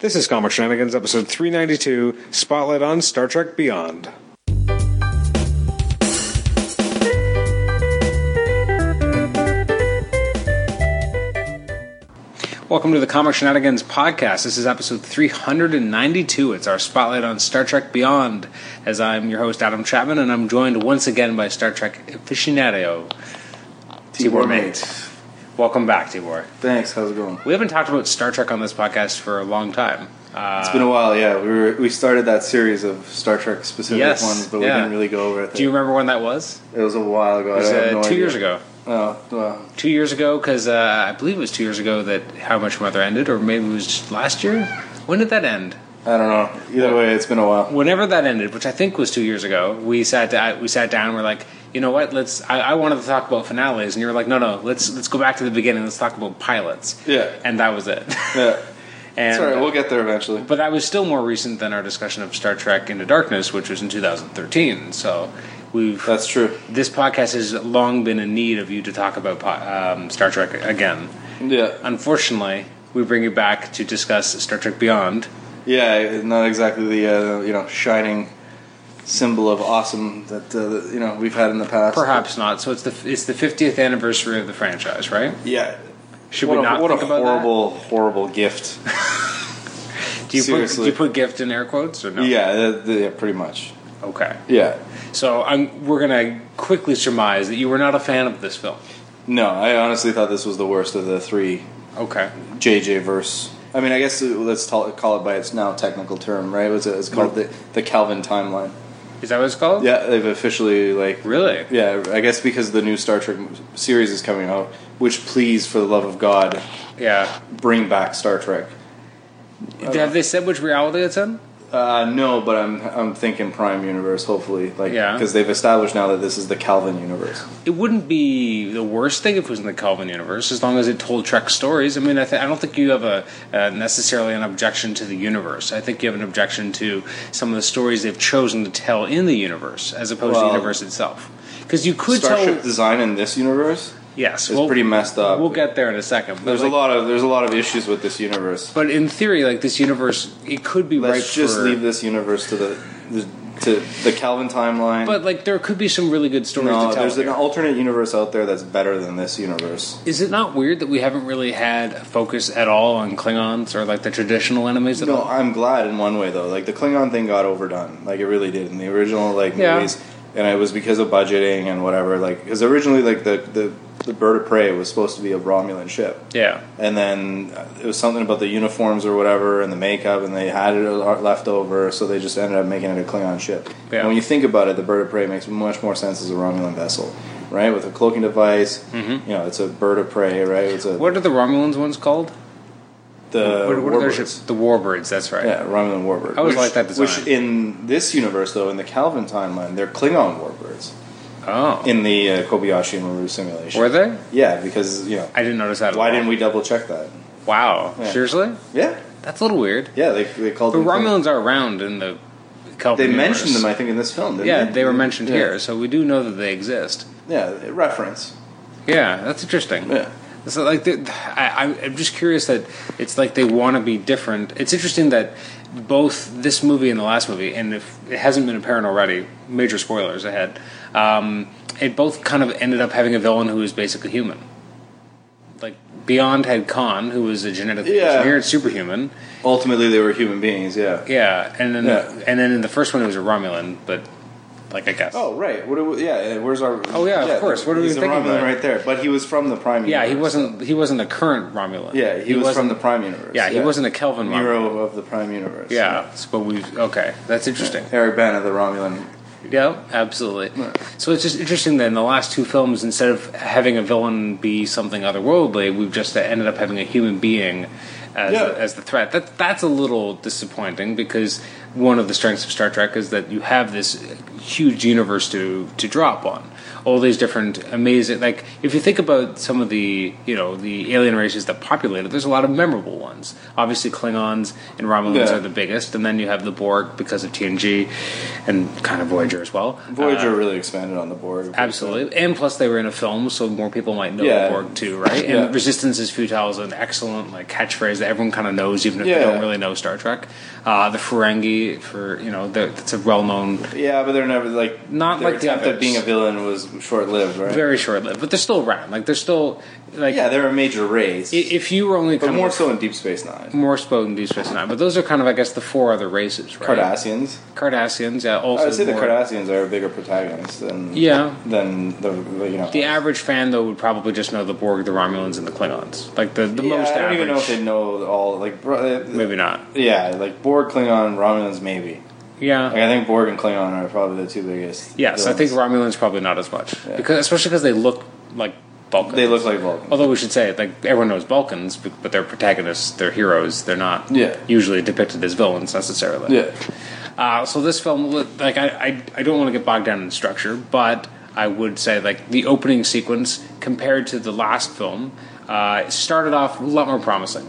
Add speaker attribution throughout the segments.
Speaker 1: This is Comic Shenanigans, episode 392, Spotlight on Star Trek Beyond. Welcome to the Comic Shenanigans podcast. This is episode 392. It's our spotlight on Star Trek Beyond. As I'm your host, Adam Chapman, and I'm joined once again by Star Trek aficionado, Tibor Mate. Welcome back, Tibor.
Speaker 2: Thanks. How's it going?
Speaker 1: We haven't talked about Star Trek on this podcast for a long time. Uh,
Speaker 2: It's been a while. Yeah, we were, we started that series of Star Trek specific
Speaker 1: Yes,
Speaker 2: ones, but we
Speaker 1: yeah.
Speaker 2: didn't really go over it.
Speaker 1: do you remember when that was?
Speaker 2: it was a while ago.
Speaker 1: It was
Speaker 2: I have
Speaker 1: uh,
Speaker 2: no
Speaker 1: two
Speaker 2: idea.
Speaker 1: years ago.
Speaker 2: Oh, well,
Speaker 1: Two years ago, because uh, I believe it was two years ago that How Much Mother ended, or maybe it was just last year. When did that end?
Speaker 2: I don't know. Either way, it's been a while.
Speaker 1: whenever that ended, which I think was two years ago, we sat down, we sat down. and We're like, you know what? Let's. I, I wanted to talk about finales, and you were like, no, no. Let's let's go back to the beginning. Let's talk about pilots.
Speaker 2: Yeah.
Speaker 1: and that was it.
Speaker 2: Yeah,
Speaker 1: and
Speaker 2: it's all right. We'll get there eventually.
Speaker 1: but that was still more recent than our discussion of Star Trek Into Darkness, which was in 2013. So we've
Speaker 2: That's true.
Speaker 1: this podcast has long been in need of you to talk about po- um, Star Trek again.
Speaker 2: Yeah,
Speaker 1: Unfortunately, we bring you back to discuss Star Trek Beyond.
Speaker 2: yeah. Not exactly the uh, you know shining symbol of awesome that uh, you know we've had in the past.
Speaker 1: Perhaps not. So it's the it's the 50th anniversary of the franchise, right?
Speaker 2: Yeah.
Speaker 1: Should
Speaker 2: what
Speaker 1: we
Speaker 2: a,
Speaker 1: not
Speaker 2: what
Speaker 1: think
Speaker 2: a
Speaker 1: about
Speaker 2: horrible, horrible gift.
Speaker 1: that? Do you put, do
Speaker 2: seriously.
Speaker 1: you put gift in air quotes or no?
Speaker 2: yeah, uh, yeah, pretty much.
Speaker 1: Okay.
Speaker 2: Yeah.
Speaker 1: So I'm, we're gonna quickly surmise that you were not a fan of this film.
Speaker 2: No, I honestly thought this was the worst of the three
Speaker 1: Okay.
Speaker 2: JJ verse. I mean, I guess uh, let's tell, call it by its now technical term, right? It was, it's called the, the Calvin timeline.
Speaker 1: Is that what it's called?
Speaker 2: Yeah, they've officially like.
Speaker 1: Really?
Speaker 2: Yeah, I guess because the new Star Trek series is coming out, which please, for the love of God,
Speaker 1: Yeah.
Speaker 2: bring back Star Trek.
Speaker 1: Have they said which reality it's in?
Speaker 2: Uh, no, but I'm I'm thinking Prime Universe, hopefully, like
Speaker 1: Yeah.
Speaker 2: because they've established now that this is the Calvin universe.
Speaker 1: It wouldn't be the worst thing if it was in the Calvin universe, as long as it told Trek stories. I mean, I, th- I don't think you have a uh, necessarily an objection to the universe. I think you have an objection to some of the stories they've chosen to tell in the universe, as opposed to
Speaker 2: Well-
Speaker 1: the universe itself. Because you could
Speaker 2: Starship
Speaker 1: tell,
Speaker 2: design in this universe
Speaker 1: yes,
Speaker 2: is
Speaker 1: well-
Speaker 2: pretty messed up.
Speaker 1: We'll get there in a second. But
Speaker 2: there's
Speaker 1: like-
Speaker 2: a lot of there's a lot of issues with this universe.
Speaker 1: But in theory, like this universe, it could be
Speaker 2: Let's
Speaker 1: right
Speaker 2: just
Speaker 1: for.
Speaker 2: leave this universe to the, the to the Calvin timeline.
Speaker 1: but like, there could be some really good stories
Speaker 2: no,
Speaker 1: to tell.
Speaker 2: there's an
Speaker 1: here.
Speaker 2: alternate universe out there that's better than this universe.
Speaker 1: Is it not weird that we haven't really had a focus at all on Klingons or like the traditional enemies at
Speaker 2: No,
Speaker 1: all?
Speaker 2: I'm glad in one way though. Like the Klingon thing got overdone. Like it really did in the original like
Speaker 1: Yeah.
Speaker 2: movies, and it was because of budgeting and whatever. Like because originally like the, the the bird of prey was supposed to be a Romulan ship.
Speaker 1: Yeah,
Speaker 2: and then uh, it was something about the uniforms or whatever and the makeup, and they had it a- left over, so they just ended up making it a Klingon ship.
Speaker 1: Yeah.
Speaker 2: And when you think about it, the bird of prey makes much more sense as a Romulan vessel, right? With a cloaking device, you know, it's a bird of prey, right? It's a
Speaker 1: Mm-hmm. What are the Romulans ones called?
Speaker 2: the
Speaker 1: what, what are their
Speaker 2: warbirds.
Speaker 1: ships? The Warbirds. That's right.
Speaker 2: Yeah, Romulan warbird.
Speaker 1: I always
Speaker 2: Which-
Speaker 1: liked that design.
Speaker 2: Which in this universe, though, in the Calvin timeline, they're Klingon warbirds
Speaker 1: Oh,
Speaker 2: in the uh, Kobayashi and Maru simulation.
Speaker 1: were they?
Speaker 2: yeah, because you know,
Speaker 1: I didn't notice that. At
Speaker 2: why
Speaker 1: all.
Speaker 2: didn't we double check that?
Speaker 1: Wow.
Speaker 2: Yeah.
Speaker 1: Seriously,
Speaker 2: Yeah,
Speaker 1: that's a little weird.
Speaker 2: yeah, they they called
Speaker 1: But
Speaker 2: them Klingon-
Speaker 1: Romulans are around in the Calvin.
Speaker 2: They mentioned
Speaker 1: universe.
Speaker 2: them, I think, in this film. Didn't
Speaker 1: Yeah, they were mentioned
Speaker 2: Yeah.
Speaker 1: here, so we do know that they exist.
Speaker 2: Yeah, reference.
Speaker 1: Yeah, that's interesting.
Speaker 2: Yeah.
Speaker 1: So like, the, I, I'm- I'm just curious that it's like they want to be different. It's interesting that both this movie and the last movie, and if it hasn't been apparent already, major spoilers ahead. Um, it both kind of ended up having a villain who was basically human. Like Beyond had Khan, who was a genetically
Speaker 2: Yeah.
Speaker 1: engineered superhuman.
Speaker 2: Ultimately, they were human beings. Yeah.
Speaker 1: Yeah, and then
Speaker 2: Yeah.
Speaker 1: and then in the first one it was a Romulan, but like I guess.
Speaker 2: Oh right. What? Do we, yeah. Where's our?
Speaker 1: Oh, yeah, of course. What are we
Speaker 2: he's a
Speaker 1: thinking
Speaker 2: Romulan
Speaker 1: about?
Speaker 2: right there, but he was from the Prime.
Speaker 1: yeah, he
Speaker 2: Universe.
Speaker 1: wasn't. He wasn't a current Romulan.
Speaker 2: Yeah, he, was from the Prime Universe.
Speaker 1: Yeah, he wasn't a Kelvin Romulan.
Speaker 2: Nero of the Prime Universe.
Speaker 1: Yeah, s- but we okay. That's interesting.
Speaker 2: Eric Bana, the Romulan.
Speaker 1: Uh, Yeah, absolutely. So it's just interesting that in the last two films, instead of having a villain be something otherworldly, we've just ended up having a human being as,
Speaker 2: Yeah.
Speaker 1: as the threat. That that's a little disappointing because one of the strengths of Star Trek is that you have this huge universe to to drop on. all these different amazing. Like if you think about some of the you know the alien races that populate it, there's a lot of memorable ones. Obviously, Klingons and Romulans
Speaker 2: Yeah.
Speaker 1: are the biggest, and then you have the Borg because of TNG, and kind of Voyager as well. Uh,
Speaker 2: Voyager really expanded on the board.
Speaker 1: Absolutely, and plus they were in a film, so more people might know
Speaker 2: Yeah.
Speaker 1: the Borg too, right? And
Speaker 2: Yeah.
Speaker 1: "Resistance is futile" is an excellent like catchphrase that everyone kind of knows, even if
Speaker 2: Yeah.
Speaker 1: they don't really know Star Trek. Uh, the Ferengi, for you know, they're- that's a well-known,
Speaker 2: Yeah, but they're never like
Speaker 1: Not
Speaker 2: their
Speaker 1: like the
Speaker 2: attempt at
Speaker 1: others.
Speaker 2: being a villain was short lived, right?
Speaker 1: very short-lived, but they're still around. Like they're still like
Speaker 2: yeah, they're a major race,
Speaker 1: i- if you were only
Speaker 2: but
Speaker 1: kind
Speaker 2: more
Speaker 1: of
Speaker 2: so in Deep Space Nine.
Speaker 1: more spoken in Deep Space Nine, but those are kind of I guess the four other races, right?
Speaker 2: Cardassians. Oh,
Speaker 1: Cardassians, yeah. Also,
Speaker 2: I would say the
Speaker 1: more-
Speaker 2: Cardassians are a bigger protagonist than
Speaker 1: Yeah.
Speaker 2: than the the, you know
Speaker 1: The average fan though would probably just know the Borg, the Romulans, and the Klingons. Like the the
Speaker 2: Yeah,
Speaker 1: most
Speaker 2: I don't
Speaker 1: average,
Speaker 2: even know if they know all like bro, uh,
Speaker 1: maybe not.
Speaker 2: yeah like Borg, Klingon, Romulans maybe.
Speaker 1: Yeah,
Speaker 2: Like I think Borg and Klingon are probably the two biggest.
Speaker 1: Yes, I
Speaker 2: villains.
Speaker 1: think Romulans probably not as much
Speaker 2: Yeah.
Speaker 1: because especially because they look like Balkans.
Speaker 2: they look like Vulcans.
Speaker 1: Although we should say, like everyone knows Balkans, but, but they're protagonists, they're heroes. They're not
Speaker 2: Yeah.
Speaker 1: usually depicted as villains necessarily.
Speaker 2: Yeah,
Speaker 1: Uh, so this film, like I, I, I don't want to get bogged down in structure, but I would say like the opening sequence compared to the last film uh, started off a lot more promising.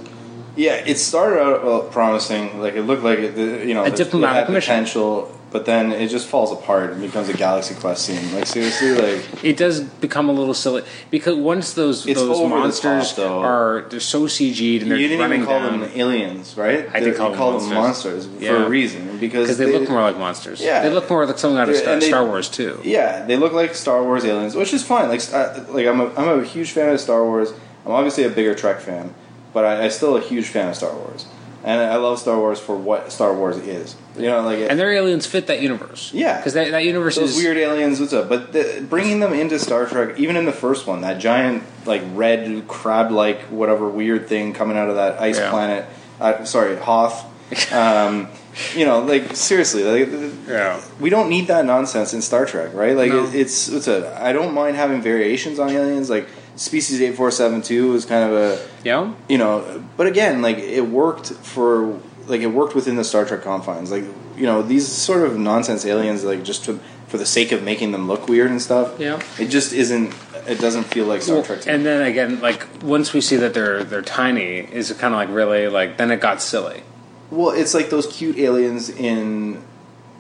Speaker 2: yeah. It started out well, promising. Like it looked like it, the- you know
Speaker 1: A
Speaker 2: the-
Speaker 1: diplomatic
Speaker 2: it had
Speaker 1: mission.
Speaker 2: potential, but then it just falls apart and becomes a Galaxy Quest scene. Like seriously, like
Speaker 1: It does become a little silly because once those
Speaker 2: It's
Speaker 1: those
Speaker 2: over the top,
Speaker 1: monsters
Speaker 2: though.
Speaker 1: are they're so CG'd and they're
Speaker 2: you didn't
Speaker 1: running
Speaker 2: even call
Speaker 1: down.
Speaker 2: them aliens, right?
Speaker 1: I did
Speaker 2: They're-
Speaker 1: call
Speaker 2: you
Speaker 1: them
Speaker 2: call them
Speaker 1: monsters.
Speaker 2: monsters
Speaker 1: Yeah.
Speaker 2: for a reason because
Speaker 1: because they, look more like monsters.
Speaker 2: Yeah.
Speaker 1: they look more like something out of
Speaker 2: Yeah,
Speaker 1: Star,
Speaker 2: and they-
Speaker 1: Star Wars too.
Speaker 2: Yeah, they look like Star Wars aliens, which is fine. Like, uh, like I'm a, I'm a huge fan of Star Wars. I'm obviously a bigger Trek fan, but I, I'm still a huge fan of Star Wars, and I love Star Wars for what Star Wars is. You know, like
Speaker 1: And their aliens fit that universe.
Speaker 2: Yeah.
Speaker 1: because that, that universe
Speaker 2: those
Speaker 1: is
Speaker 2: weird aliens. What's up? But the, bringing them into Star Trek, even in the first one, that giant like red crab-like whatever weird thing coming out of that ice
Speaker 1: Yeah.
Speaker 2: planet. Uh, sorry, Hoth. Um, you know, like seriously, like. the-
Speaker 1: Yeah,
Speaker 2: we don't need that nonsense in Star Trek, right? Like
Speaker 1: No.
Speaker 2: it, it's it's a I don't mind having variations on aliens. Like species eight four seven two was kind of a
Speaker 1: yeah.
Speaker 2: you know, but again, like it worked for like it worked within the Star Trek confines. Like you know these sort of nonsense aliens, like just to, for the sake of making them look weird and stuff.
Speaker 1: Yeah.
Speaker 2: it just isn't. It doesn't feel like Star Trek. to me.
Speaker 1: And then again, like once we see that they're they're tiny, is kind of like really like then it got silly.
Speaker 2: Well, it's like those cute aliens in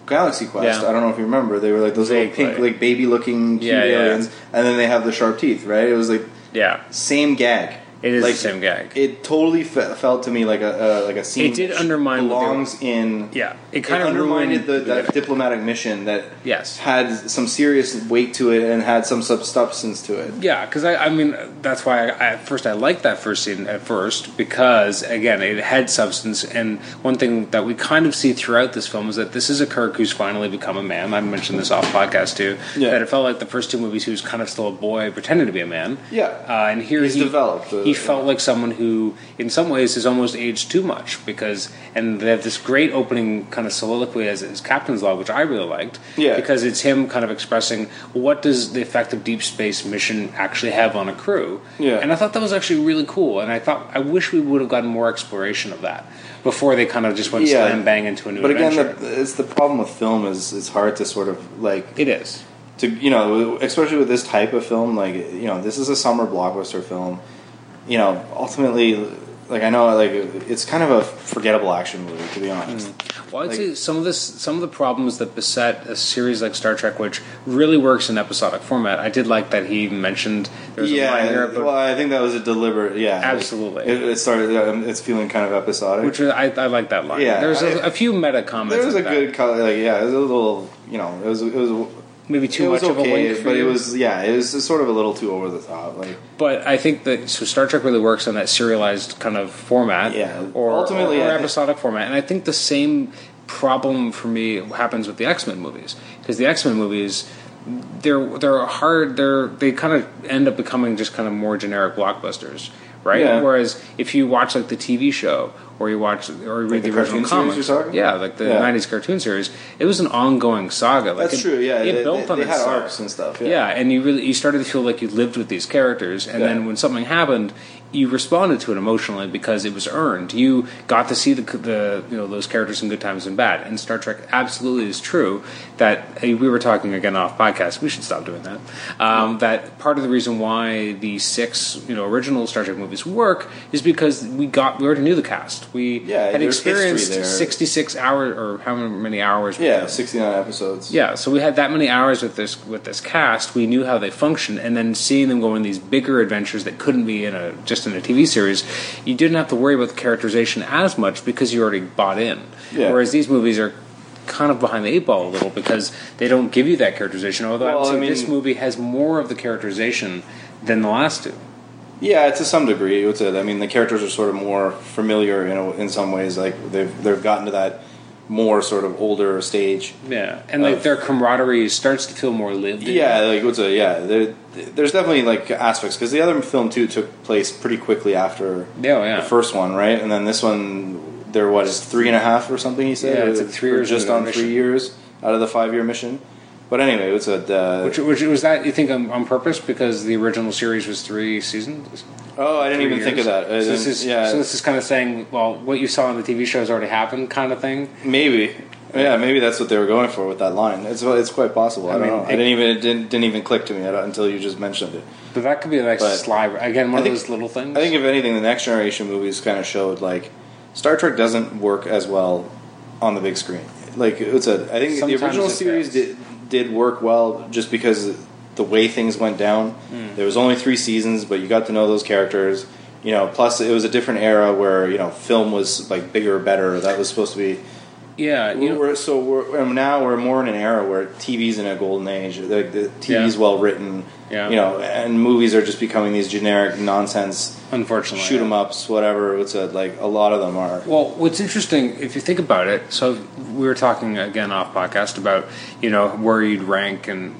Speaker 2: Galaxy Quest.
Speaker 1: Yeah.
Speaker 2: I don't know if you remember. They were like those little
Speaker 1: Vaguely.
Speaker 2: pink, like baby-looking cute
Speaker 1: Yeah, yeah.
Speaker 2: aliens, and then they have the sharp teeth, right? It was like
Speaker 1: Yeah,
Speaker 2: same gag.
Speaker 1: It is
Speaker 2: like,
Speaker 1: the same gag.
Speaker 2: It totally fe- felt to me like a uh, like a scene.
Speaker 1: It did
Speaker 2: that
Speaker 1: undermine what they
Speaker 2: belongs in.
Speaker 1: yeah. It
Speaker 2: It
Speaker 1: kind of
Speaker 2: undermined
Speaker 1: ruined
Speaker 2: the, that
Speaker 1: beginning.
Speaker 2: diplomatic mission that
Speaker 1: Yes.
Speaker 2: had some serious weight to it and had some sub- substance to it.
Speaker 1: Yeah, because I, I mean that's why I, I, at first I liked that first scene at first because again it had substance and one thing that we kind of see throughout this film is that this is a Kirk who's finally become a man. I mentioned this off podcast too
Speaker 2: Yeah.
Speaker 1: that it felt like the first two movies he was kind of still a boy pretending to be a man.
Speaker 2: Yeah.
Speaker 1: uh, and here
Speaker 2: He's
Speaker 1: he,
Speaker 2: developed, uh,
Speaker 1: he felt like someone who in some ways has almost aged too much because and they have this great opening kind of soliloquy as his captain's log which I really liked
Speaker 2: Yeah.
Speaker 1: because it's him kind of expressing what does the effect of deep space mission actually have on a crew
Speaker 2: Yeah.
Speaker 1: and i thought that was actually really cool and i thought i wish we would have gotten more exploration of that before they kind of just went
Speaker 2: Yeah.
Speaker 1: slam bang into a new
Speaker 2: But again,
Speaker 1: adventure
Speaker 2: the, it's the problem with film is it's hard to sort of like
Speaker 1: it is
Speaker 2: to you know, especially with this type of film, like you know, this is a summer blockbuster film. You know, ultimately, like I know, like it's kind of a forgettable action movie, to be honest.
Speaker 1: Well, I'd
Speaker 2: Like-
Speaker 1: say some of this, some of the problems that beset a series like Star Trek, which really works in episodic format. I did like that he even mentioned there's a line there, but,
Speaker 2: well, I think that was a deliberate, yeah, like,
Speaker 1: Absolutely.
Speaker 2: it, it started. um, It's feeling kind of episodic.
Speaker 1: which was, I, I like that line.
Speaker 2: Yeah,
Speaker 1: there's a
Speaker 2: I-
Speaker 1: a few meta comments.
Speaker 2: there was a
Speaker 1: like that.
Speaker 2: good, color, like yeah, it was a little, you know, it was it was
Speaker 1: maybe
Speaker 2: it
Speaker 1: too
Speaker 2: was
Speaker 1: much of a
Speaker 2: okay,
Speaker 1: wink, for
Speaker 2: but it
Speaker 1: you.
Speaker 2: was yeah, it was sort of a little too over the top, like.
Speaker 1: But I think that so Star Trek really works on that serialized kind of format,
Speaker 2: Yeah.
Speaker 1: or
Speaker 2: Ultimately,
Speaker 1: or,
Speaker 2: I think-
Speaker 1: episodic format. And I think the same problem for me happens with the X Men movies because the X Men movies they're they're hard they're they kind of end up becoming just kind of more generic blockbusters, right?
Speaker 2: Yeah.
Speaker 1: Whereas if you watch like the TV show or you watch or you read
Speaker 2: the
Speaker 1: the, original
Speaker 2: cartoon series
Speaker 1: comics.
Speaker 2: you're talking
Speaker 1: yeah,
Speaker 2: about?
Speaker 1: like the
Speaker 2: Yeah.
Speaker 1: '90s cartoon series. It was an ongoing saga. Like
Speaker 2: That's
Speaker 1: it-
Speaker 2: true. Yeah,
Speaker 1: it
Speaker 2: they,
Speaker 1: built
Speaker 2: they-
Speaker 1: on
Speaker 2: they had
Speaker 1: itself.
Speaker 2: arcs and stuff. Yeah.
Speaker 1: Yeah, and you really you started to feel like you lived with these characters, and
Speaker 2: Yeah.
Speaker 1: then when something happened, you responded to it emotionally because it was earned. You got to see the the you know those characters in good times and bad. And Star Trek absolutely is true that hey, we were talking again off podcast. We should stop doing that. Um, that part of the reason why the six you know original Star Trek movies work is because we got we already knew the cast. We
Speaker 2: Yeah,
Speaker 1: had
Speaker 2: there's history
Speaker 1: experienced
Speaker 2: there.
Speaker 1: sixty six hours or how many hours? with
Speaker 2: Yeah,
Speaker 1: them.
Speaker 2: sixty nine episodes.
Speaker 1: Yeah, so we had that many hours with this with this cast. We knew how they functioned, and then seeing them go on these bigger adventures that couldn't be in a just in a TV series, you didn't have to worry about the characterization as much because you already bought in.
Speaker 2: Yeah.
Speaker 1: Whereas these movies are kind of behind the eight ball a little because they don't give you that characterization. Although I would
Speaker 2: Well, I
Speaker 1: say
Speaker 2: mean-
Speaker 1: this movie has more of the characterization than the last two.
Speaker 2: Yeah, to some degree, it's a, I mean, the characters are sort of more familiar, you know, in some ways. Like they've they've gotten to that more sort of older stage.
Speaker 1: Yeah, and like
Speaker 2: Of-
Speaker 1: their camaraderie starts to feel more lived. in.
Speaker 2: Yeah, like what's a yeah. There, there's definitely like aspects because the other film too took place pretty quickly after
Speaker 1: Yeah, oh, yeah.
Speaker 2: the first one, right? And then this one, there was three and a half or something. He said,
Speaker 1: Yeah, it
Speaker 2: Or-
Speaker 1: took three
Speaker 2: or
Speaker 1: years
Speaker 2: just
Speaker 1: into the
Speaker 2: on three
Speaker 1: mission.
Speaker 2: years out of the five year mission. But anyway, it's a uh,
Speaker 1: Which, which was that you think on, on purpose because the original series was three seasons?
Speaker 2: oh, I didn't even
Speaker 1: three
Speaker 2: think
Speaker 1: years.
Speaker 2: of that. I
Speaker 1: So this
Speaker 2: didn't-
Speaker 1: is
Speaker 2: yeah,
Speaker 1: so this is kind of saying, well, what you saw on the TV show has already happened, kind of thing.
Speaker 2: Maybe. Yeah, maybe that's what they were going for with that line. It's it's quite possible. I,
Speaker 1: I
Speaker 2: don't
Speaker 1: mean,
Speaker 2: know. I
Speaker 1: it-
Speaker 2: didn't even it didn't didn't even click to me at- until you just mentioned it.
Speaker 1: But that could be like
Speaker 2: But-
Speaker 1: sly again, one
Speaker 2: I think-
Speaker 1: of those little things.
Speaker 2: I think if anything, the next generation movies kind of showed like Star Trek doesn't work as well on the big screen. Like it's a I think
Speaker 1: Sometimes
Speaker 2: the original
Speaker 1: it
Speaker 2: series
Speaker 1: does.
Speaker 2: did did work well just because the way things went down.
Speaker 1: Hmm.
Speaker 2: There was only three seasons, but you got to know those characters. You know, plus it was a different era where you know film was like bigger, better. That was supposed to be
Speaker 1: yeah, you know,
Speaker 2: we're, so we're um, now we're more in an era where TV's in a golden age. Like the TV's
Speaker 1: Yeah.
Speaker 2: well written,
Speaker 1: Yeah.
Speaker 2: you know, and movies are just becoming these generic nonsense
Speaker 1: unfortunately,
Speaker 2: shoot 'em ups, whatever. It's a, like a lot of them are.
Speaker 1: Well, what's interesting, if you think about it, so we were talking again off podcast about you know where you'd rank and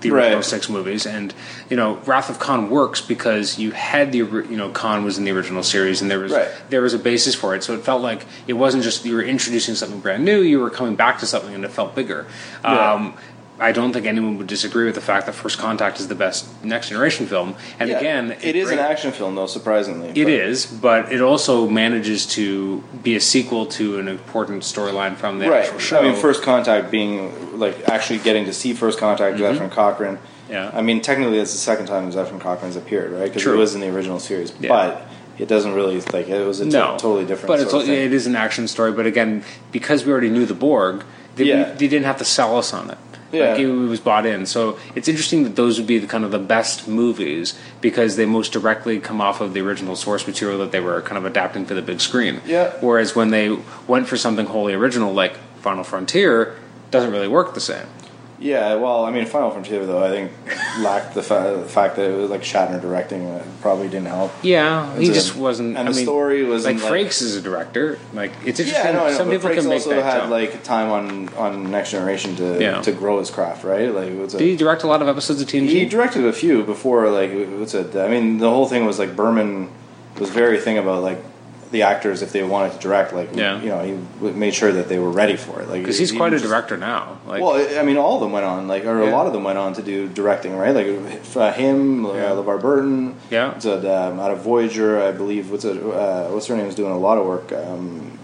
Speaker 1: the original
Speaker 2: Right.
Speaker 1: six movies, and you know Wrath of Khan works because you had the ori- you know Khan was in the original series, and there was
Speaker 2: Right.
Speaker 1: there was a basis for it, so it felt like it wasn't just you were introducing something brand new, you were coming back to something, and it felt bigger.
Speaker 2: Yeah.
Speaker 1: Um, I don't think anyone would disagree with the fact that First Contact is the best Next Generation film, and
Speaker 2: Yeah.
Speaker 1: again,
Speaker 2: it is
Speaker 1: brings-
Speaker 2: an action film though, surprisingly.
Speaker 1: it
Speaker 2: but-
Speaker 1: is, but it also manages to be a sequel to an important storyline from the actual
Speaker 2: right.
Speaker 1: show.
Speaker 2: I mean, First Contact being like actually getting to see First Contact with Ephraim Cochrane.
Speaker 1: Mm-hmm. Yeah.
Speaker 2: I mean, technically, it's the second time Zephyr Cochrane's appeared, right? Because it
Speaker 1: True.
Speaker 2: was in the original series,
Speaker 1: Yeah.
Speaker 2: but it doesn't really like it was a to-
Speaker 1: no,
Speaker 2: totally different.
Speaker 1: But
Speaker 2: sort
Speaker 1: it's
Speaker 2: of thing.
Speaker 1: it is an action story. But again, because we already knew the Borg, they,
Speaker 2: Yeah.
Speaker 1: they didn't have to sell us on it.
Speaker 2: Yeah.
Speaker 1: Like it was bought in, so it's interesting that those would be the kind of the best movies because they most directly come off of the original source material that they were kind of adapting for the big screen.
Speaker 2: Yeah.
Speaker 1: Whereas when they went for something wholly original like Final Frontier, doesn't really work the same.
Speaker 2: Yeah, well, I mean, Final Frontier though I think lacked the, fa- the fact that it was like Shatner directing uh, probably didn't help.
Speaker 1: Yeah, he
Speaker 2: It's a-
Speaker 1: just wasn't.
Speaker 2: and
Speaker 1: I
Speaker 2: the
Speaker 1: mean,
Speaker 2: story was
Speaker 1: like
Speaker 2: in, like-
Speaker 1: Frakes is a director. Like it's interesting.
Speaker 2: Yeah, I know. I know
Speaker 1: Some
Speaker 2: but
Speaker 1: people
Speaker 2: Frakes
Speaker 1: can make
Speaker 2: also
Speaker 1: that
Speaker 2: had
Speaker 1: jump.
Speaker 2: like time on on Next Generation to
Speaker 1: Yeah.
Speaker 2: to grow his craft, right? Like it was a,
Speaker 1: Did he direct a lot of episodes of TNG?
Speaker 2: He directed a few before, like what's it? I mean, the whole thing was like Berman was very thing about like the actors if they wanted to direct, like
Speaker 1: Yeah.
Speaker 2: you know, he w- made sure that they were ready for it, like
Speaker 1: Because he's
Speaker 2: he
Speaker 1: quite a
Speaker 2: was just-
Speaker 1: director now. Like,
Speaker 2: Well, I- I mean, all of them went on, like, or a
Speaker 1: Yeah.
Speaker 2: lot of them went on to do directing, right? Like uh, him, uh, LeVar Burton,
Speaker 1: Yeah.
Speaker 2: It's a, um, out of Voyager, I believe. What's it, uh, what's her name is doing a lot of work. Um,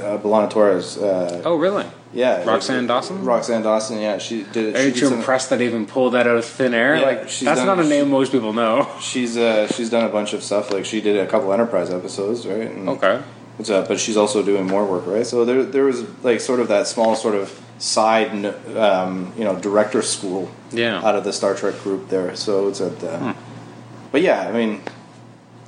Speaker 2: uh, Belana Torres, uh,
Speaker 1: oh really?
Speaker 2: yeah,
Speaker 1: Roxanne Dawson?
Speaker 2: Roxanne Dawson, yeah, she did.
Speaker 1: Are
Speaker 2: she
Speaker 1: you
Speaker 2: did
Speaker 1: too
Speaker 2: some-
Speaker 1: impressed that they even pulled that out of thin air?
Speaker 2: Yeah,
Speaker 1: like
Speaker 2: she's
Speaker 1: that's
Speaker 2: done-
Speaker 1: not a name most people know.
Speaker 2: She's uh, she's done a bunch of stuff. Like she did a couple Enterprise episodes, right? And
Speaker 1: Okay.
Speaker 2: What's up? But she's also doing more work, right? So there, there was like sort of that small sort of side, um, you know, director school,
Speaker 1: Yeah.
Speaker 2: out of the Star Trek group there. So it's at, uh, but yeah, I mean,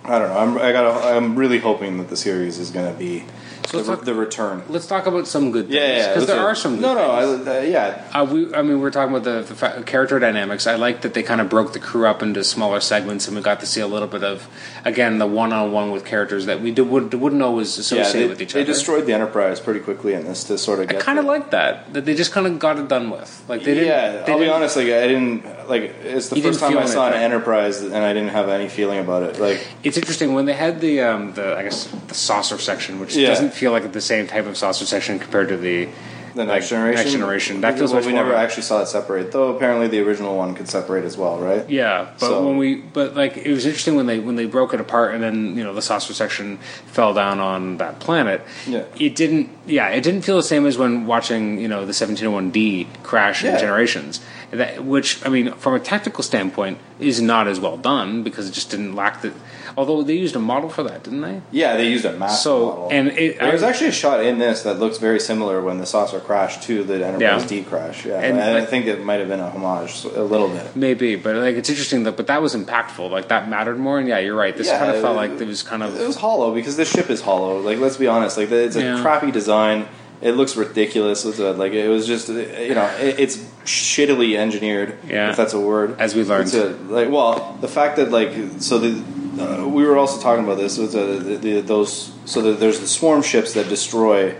Speaker 2: I don't know. I'm, I got, I'm really hoping that the series is going to be
Speaker 1: So let's
Speaker 2: the,
Speaker 1: talk-
Speaker 2: the return.
Speaker 1: Let's talk about some good things.
Speaker 2: Yeah, yeah,
Speaker 1: Because
Speaker 2: that's
Speaker 1: there
Speaker 2: it.
Speaker 1: are some. Good
Speaker 2: No,
Speaker 1: things.
Speaker 2: no, I, uh, yeah,
Speaker 1: Uh, we, I mean, we're talking about the, the fa- character dynamics. I like that they kind of broke the crew up into smaller segments, and we got to see a little bit of, again, the one-on-one with characters that we did, would, wouldn't always
Speaker 2: yeah.
Speaker 1: associate
Speaker 2: They,
Speaker 1: with each
Speaker 2: they
Speaker 1: other.
Speaker 2: destroyed the Enterprise pretty quickly in this to sort of
Speaker 1: I
Speaker 2: get
Speaker 1: kind of
Speaker 2: there.
Speaker 1: like that that they just kind of got it done with. Like they didn't.
Speaker 2: yeah,
Speaker 1: they
Speaker 2: I'll be
Speaker 1: didn't-
Speaker 2: honest. Like I didn't like it's the
Speaker 1: You
Speaker 2: first
Speaker 1: didn't
Speaker 2: time I
Speaker 1: feel
Speaker 2: saw an
Speaker 1: anything.
Speaker 2: Enterprise and I didn't have any feeling about it. Like
Speaker 1: It's interesting when they had the um, the I guess the saucer section, which
Speaker 2: Yeah.
Speaker 1: doesn't feel like the same type of saucer section compared to the
Speaker 2: the
Speaker 1: like,
Speaker 2: next generation,
Speaker 1: Next generation that feels
Speaker 2: Well,
Speaker 1: much
Speaker 2: we
Speaker 1: more.
Speaker 2: never actually saw it separate, though. Apparently, the original one could separate as well, right?
Speaker 1: yeah, but
Speaker 2: So-
Speaker 1: when we but like it was interesting when they when they broke it apart and then you know the saucer section fell down on that planet.
Speaker 2: Yeah.
Speaker 1: it didn't. Yeah, it didn't feel the same as when watching you know the 1701D crash
Speaker 2: Yeah.
Speaker 1: in Generations. That which I mean from a tactical standpoint is not as well done because it just didn't lack the. Although they used a model for that, didn't they?
Speaker 2: Yeah, they used a mass
Speaker 1: So,
Speaker 2: model.
Speaker 1: and it-
Speaker 2: there's
Speaker 1: I-
Speaker 2: actually a shot in this that looks very similar when the saucer crashed to the Enterprise
Speaker 1: Yeah.
Speaker 2: D crash. Yeah,
Speaker 1: And,
Speaker 2: and, I
Speaker 1: like-
Speaker 2: think it might have been a homage so- a little bit.
Speaker 1: Maybe, but like it's interesting that, but that was impactful. Like that mattered more, and yeah, you're right. This
Speaker 2: Yeah,
Speaker 1: kind of felt
Speaker 2: it-
Speaker 1: like it was kind
Speaker 2: It
Speaker 1: of
Speaker 2: was hollow because this ship is hollow. Like, let's be honest. Like, it's a
Speaker 1: Yeah.
Speaker 2: crappy design. It looks ridiculous. It's a- Like, it was just you know, it, it's shittily engineered.
Speaker 1: Yeah.
Speaker 2: if that's a word.
Speaker 1: As we learned.
Speaker 2: It's a- like, well, the fact that like so the. Uh, we were also talking about this with uh, the, the, the, those. So the, there's the swarm ships that destroy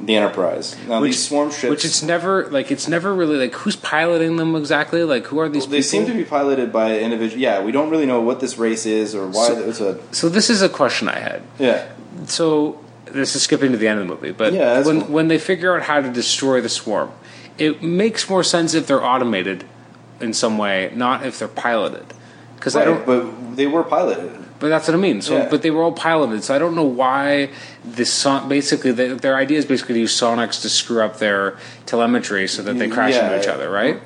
Speaker 2: the Enterprise. Now
Speaker 1: Mm-hmm. Which-
Speaker 2: these swarm ships,
Speaker 1: which it's never like it's never really like who's piloting them exactly. Like who are these?
Speaker 2: they
Speaker 1: people?
Speaker 2: seem to be piloted by individual. Yeah, we don't really know what this race is or why
Speaker 1: So-
Speaker 2: it's a.
Speaker 1: So this is a question I had.
Speaker 2: Yeah,
Speaker 1: So this is skipping to the end of the movie, but
Speaker 2: Yeah, that's
Speaker 1: when
Speaker 2: cool.
Speaker 1: when they figure out how to destroy the swarm, it makes more sense if they're automated in some way, not if they're piloted. Because I don't
Speaker 2: But they were piloted.
Speaker 1: But that's what I mean. So,
Speaker 2: Yeah.
Speaker 1: but they were all piloted. So I don't know why this son- basically the, their idea is basically to use sonics to screw up their telemetry so that they crash
Speaker 2: Yeah.
Speaker 1: into each other, right?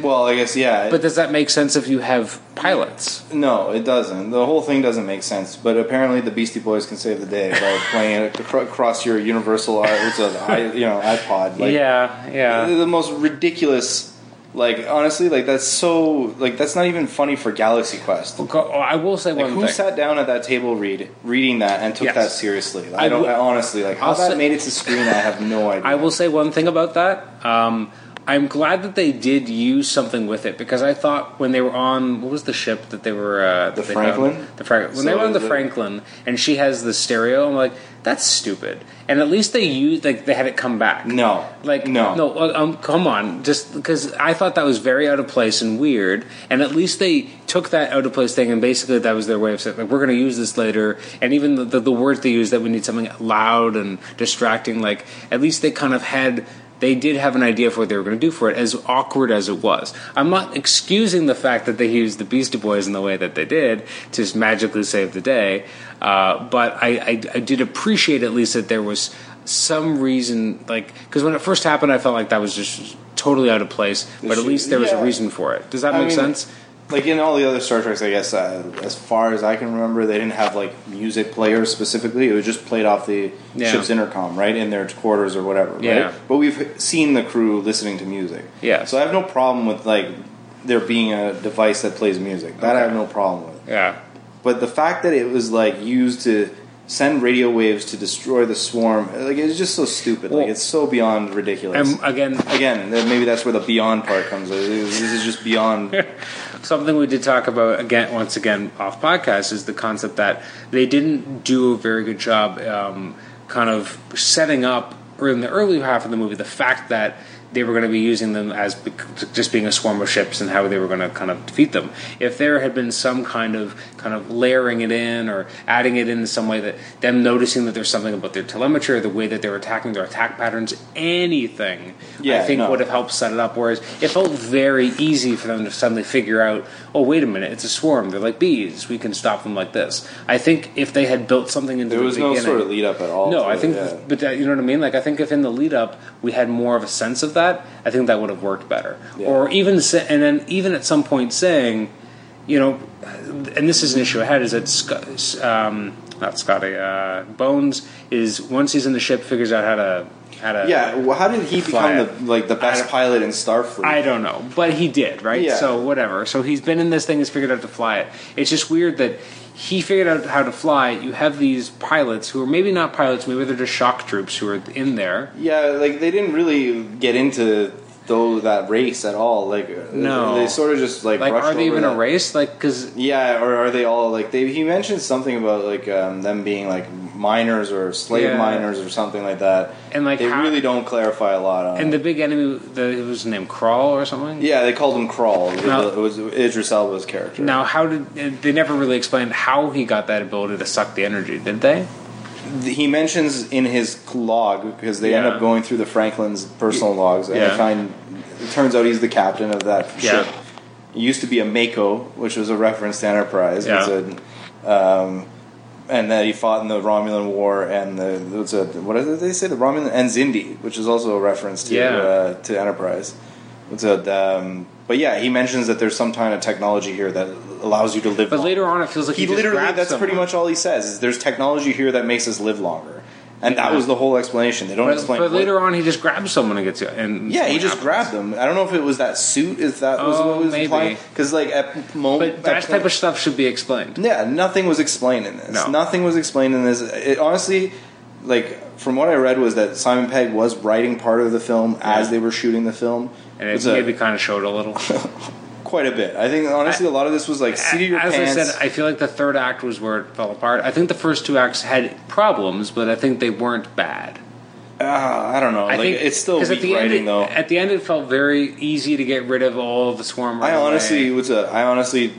Speaker 2: Well, I guess yeah.
Speaker 1: But does that make sense if you have pilots?
Speaker 2: no, it doesn't. The whole thing doesn't make sense. But apparently, the Beastie Boys can save the day by playing it acro- across your Universal, i- it's a i- you know, iPod. Like,
Speaker 1: yeah,
Speaker 2: the, the most ridiculous. Like honestly, like that's so like that's not even funny for Galaxy Quest.
Speaker 1: Go- oh, I will say
Speaker 2: Like
Speaker 1: one
Speaker 2: who
Speaker 1: thing.
Speaker 2: sat down at that table read reading that and took
Speaker 1: Yes.
Speaker 2: that seriously? I don't
Speaker 1: will-
Speaker 2: I honestly like how
Speaker 1: I'll
Speaker 2: that
Speaker 1: say-
Speaker 2: made it to screen. I have no idea.
Speaker 1: I will say one thing about that. Um, I'm glad that they did use something with it because I thought when they were on what was the ship that they were uh, that
Speaker 2: The
Speaker 1: they found?
Speaker 2: Franklin?
Speaker 1: the Franklin when they
Speaker 2: So
Speaker 1: were on the
Speaker 2: the-
Speaker 1: Franklin and she has the stereo I'm like that's stupid and at least they used like they had it come back
Speaker 2: no,
Speaker 1: like
Speaker 2: no,
Speaker 1: no uh, um, come on just because I thought that was very out of place and weird and at least they took that out of place thing and basically that was their way of saying like we're going to use this later and even the, the, the words they used that we need something loud and distracting like at least they kind of had they did have an idea for what they were going to do for it as awkward as it was i'm not excusing the fact that they used the beastie boys in the way that they did to just magically save the day uh, but I, I, I did appreciate at least that there was some reason like because when it first happened i felt like that was just totally out of place but at
Speaker 2: should-
Speaker 1: least there was
Speaker 2: yeah.
Speaker 1: a reason for it does that
Speaker 2: I
Speaker 1: make
Speaker 2: mean,
Speaker 1: sense
Speaker 2: Like in all the other Star Treks, I guess uh, as far as I can remember, they didn't have like music players specifically. It was just played off the
Speaker 1: Yeah.
Speaker 2: ship's intercom, right, in their quarters or whatever. Right?
Speaker 1: Yeah.
Speaker 2: But we've seen the crew listening to music.
Speaker 1: Yeah.
Speaker 2: So I have no problem with like there being a device that plays music. That I
Speaker 1: Okay.
Speaker 2: have no problem with.
Speaker 1: yeah
Speaker 2: But the fact that it was like used to send radio waves to destroy the swarm, like it's just so stupid.
Speaker 1: Well-
Speaker 2: like it's so beyond ridiculous.
Speaker 1: and again
Speaker 2: Again, then maybe that's where the beyond part comes. in. This is just beyond
Speaker 1: something we did talk about again once again off podcast is the concept that they didn't do a very good job um, kind of setting up or in the early half of the movie the fact that they were going to be using them as bec- just being a swarm of ships and how they were going to kind of defeat them if there had been some kind of kind of layering it in or adding it in some way that them noticing that there's something about their telemetry or the way that they were attacking their attack patterns anything
Speaker 2: Yeah,
Speaker 1: i think
Speaker 2: no.
Speaker 1: would have help set it up. Whereas it felt very easy for them to suddenly figure out, oh wait a minute, it's a swarm. They're like bees. We can stop them like this. I think if they had built something into
Speaker 2: There
Speaker 1: the
Speaker 2: was no
Speaker 1: beginning,
Speaker 2: sort of lead up at all.
Speaker 1: no,
Speaker 2: to
Speaker 1: I
Speaker 2: it,
Speaker 1: think,
Speaker 2: yeah.
Speaker 1: but that, you know what I mean. Like I think if in the lead up we had more of a sense of that, I think that would have worked better.
Speaker 2: Yeah.
Speaker 1: Or even sa- and then even at some point saying, you know, and this is an issue I had is that Sc- um, not Scotty uh, Bones is once he's in the ship figures out how to how to
Speaker 2: yeah. Well, how did he
Speaker 1: Fly
Speaker 2: become
Speaker 1: it.
Speaker 2: the like the best
Speaker 1: I-
Speaker 2: pilot in Starfleet?
Speaker 1: I don't know, but he did, right?
Speaker 2: Yeah.
Speaker 1: So whatever. So he's been in this thing. He's figured out to fly it. It's just weird that he figured out how to fly. it. You have these pilots who are maybe not pilots. Maybe they're just shock troops who are in there.
Speaker 2: yeah, like they didn't really get into though that race at all. Like uh,
Speaker 1: No.
Speaker 2: they sort of just like
Speaker 1: Like,
Speaker 2: brushed
Speaker 1: are they
Speaker 2: over
Speaker 1: even
Speaker 2: that.
Speaker 1: a race? Like, because
Speaker 2: Yeah, or are they all like they? He mentioned something about like um, them being like miners or slave
Speaker 1: Yeah.
Speaker 2: miners or something like that.
Speaker 1: And, like,
Speaker 2: they
Speaker 1: how-
Speaker 2: really don't clarify a lot on.
Speaker 1: And
Speaker 2: it.
Speaker 1: the big enemy, the, it was named Crawl or something.
Speaker 2: yeah, they called him Crawl.
Speaker 1: Now-
Speaker 2: it was Idris Elba's character.
Speaker 1: Now, how did they never really explained how he got that ability to suck the energy? Did they?
Speaker 2: he mentions in his log because they end
Speaker 1: Yeah.
Speaker 2: up going through the Franklin's personal logs, and
Speaker 1: Yeah.
Speaker 2: I find it turns out he's the captain of that
Speaker 1: Yeah.
Speaker 2: ship. It used to be a Mako, which was a reference to Enterprise.
Speaker 1: Yeah.
Speaker 2: It's a, um, and that he fought in the Romulan War, and the it's a what did they say the Romulan and Zindi, which is also a reference to
Speaker 1: Yeah.
Speaker 2: uh, to Enterprise. It's a, um, but yeah, he mentions that there's some kind of technology here that allows you to live.
Speaker 1: But
Speaker 2: longer
Speaker 1: later on, it feels like he,
Speaker 2: he
Speaker 1: just
Speaker 2: literally
Speaker 1: grabbed
Speaker 2: that's pretty
Speaker 1: someone.
Speaker 2: much all he says is there's technology here that makes us live longer and that
Speaker 1: Yeah.
Speaker 2: was the whole explanation they don't
Speaker 1: But,
Speaker 2: explain
Speaker 1: but
Speaker 2: what-
Speaker 1: later on, he just grabs someone and gets you. And
Speaker 2: yeah he
Speaker 1: something
Speaker 2: just
Speaker 1: happens.
Speaker 2: grabbed them i don't know if it was that suit if that was
Speaker 1: Oh,
Speaker 2: what was
Speaker 1: maybe.
Speaker 2: implied because like at moment
Speaker 1: But that type of stuff should be explained.
Speaker 2: yeah nothing was explained in this
Speaker 1: No.
Speaker 2: nothing was explained in this it honestly like from what i read was that simon pegg was writing part of the film as they were shooting the film
Speaker 1: And it
Speaker 2: It's
Speaker 1: maybe
Speaker 2: a,
Speaker 1: kind of showed a little.
Speaker 2: quite a bit i think honestly a lot of this was like seat of your
Speaker 1: As
Speaker 2: pants
Speaker 1: I said, I feel like the third act was where it fell apart. I think the first two acts had problems, but I think they weren't bad.
Speaker 2: Ah, i don't know
Speaker 1: I
Speaker 2: like
Speaker 1: think
Speaker 2: it's still
Speaker 1: 'cause at
Speaker 2: weak
Speaker 1: the end
Speaker 2: writing
Speaker 1: it-
Speaker 2: though
Speaker 1: At the end, it felt very easy to get rid of all of the swarm. Right
Speaker 2: I honestly
Speaker 1: away.
Speaker 2: was a. I honestly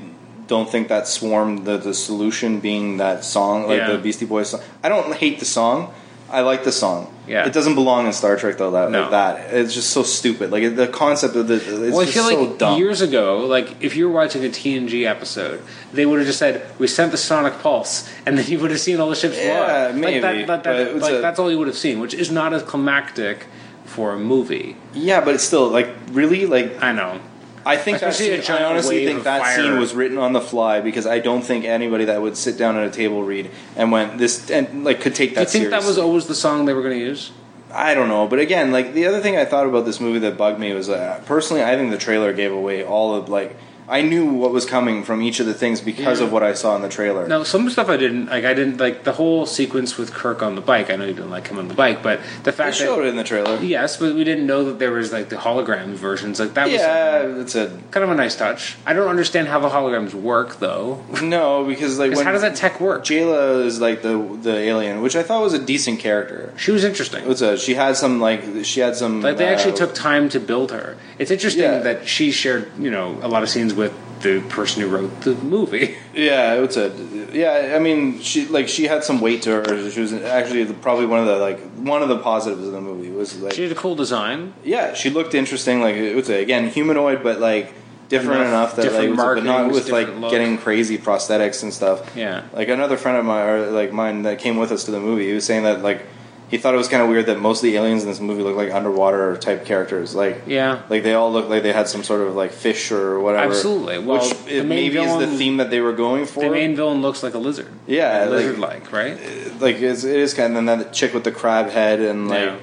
Speaker 2: don't think that swarm the the solution being that song like
Speaker 1: Yeah.
Speaker 2: the Beastie Boys song. I don't hate the song. I like the song.
Speaker 1: Yeah.
Speaker 2: it doesn't belong in Star Trek though. That
Speaker 1: No.
Speaker 2: like that it's just so stupid. Like the concept of the it's
Speaker 1: Well, I
Speaker 2: just
Speaker 1: feel like
Speaker 2: so dumb.
Speaker 1: years ago, like if you were watching a TNG episode, they would have just said, "We sent the sonic pulse," and then you would have seen all the ships
Speaker 2: Yeah,
Speaker 1: fly. like,
Speaker 2: maybe,
Speaker 1: that, that,
Speaker 2: but
Speaker 1: that,
Speaker 2: it's
Speaker 1: like
Speaker 2: a-
Speaker 1: that's all you would have seen, which is not as climactic for a movie.
Speaker 2: yeah, but it's still like really like
Speaker 1: I know.
Speaker 2: I think that
Speaker 1: Especially a
Speaker 2: scene, I
Speaker 1: giant
Speaker 2: honestly
Speaker 1: wave
Speaker 2: think
Speaker 1: of
Speaker 2: that
Speaker 1: fire.
Speaker 2: scene was written on the fly because I don't think anybody that would sit down at a table read and went this and like could take
Speaker 1: Do you
Speaker 2: that.
Speaker 1: think that
Speaker 2: seriously.
Speaker 1: was always the song they were going to use?
Speaker 2: I don't know, but again, like the other thing I thought about this movie that bugged me was uh, personally, I think the trailer gave away all of like I knew what was coming from each of the things because of what I saw in the trailer.
Speaker 1: Now, some stuff I didn't like. I didn't like the whole sequence with Kirk on the bike. I know you didn't like him on the bike, but the
Speaker 2: I
Speaker 1: fact
Speaker 2: showed
Speaker 1: that
Speaker 2: it in the trailer.
Speaker 1: yes, but we didn't know that there was like the hologram versions. Like that was
Speaker 2: Yeah, it's a
Speaker 1: kind of a nice touch. I don't understand how the holograms work though.
Speaker 2: no because like
Speaker 1: 'Cause
Speaker 2: when
Speaker 1: how does that tech work?
Speaker 2: Jayla is like the the alien, which I thought was a decent character.
Speaker 1: She was interesting.
Speaker 2: It's a she had some like she had some
Speaker 1: Like they actually
Speaker 2: uh,
Speaker 1: took time to build her. It's interesting
Speaker 2: Yeah.
Speaker 1: that she shared, you know, a lot of scenes with the person who wrote the movie.
Speaker 2: Yeah, it's a yeah. I mean, she like she had some weight to her. She was actually probably one of the like one of the positives of the movie was like
Speaker 1: She did a cool design.
Speaker 2: yeah, she looked interesting. Like it was again humanoid, but like different
Speaker 1: Enough-
Speaker 2: enough, that
Speaker 1: different
Speaker 2: like, was- but not
Speaker 1: markings,
Speaker 2: with like
Speaker 1: different look.
Speaker 2: getting crazy prosthetics and stuff.
Speaker 1: Yeah.
Speaker 2: like another friend of mine, or like mine that came with us to the movie, he was saying that like he thought it was kind of weird that most of the aliens in this movie look like underwater type characters. Like
Speaker 1: Yeah.
Speaker 2: like they all look like they had some sort of like fish or whatever.
Speaker 1: Absolutely. Well,
Speaker 2: which
Speaker 1: the
Speaker 2: it
Speaker 1: main
Speaker 2: maybe is
Speaker 1: villain-
Speaker 2: the theme that they were going for.
Speaker 1: The main villain looks like a lizard.
Speaker 2: Yeah, like-
Speaker 1: lizard like, right?
Speaker 2: like it's, it is kind of and then that chick with the crab head and like.
Speaker 1: Yeah.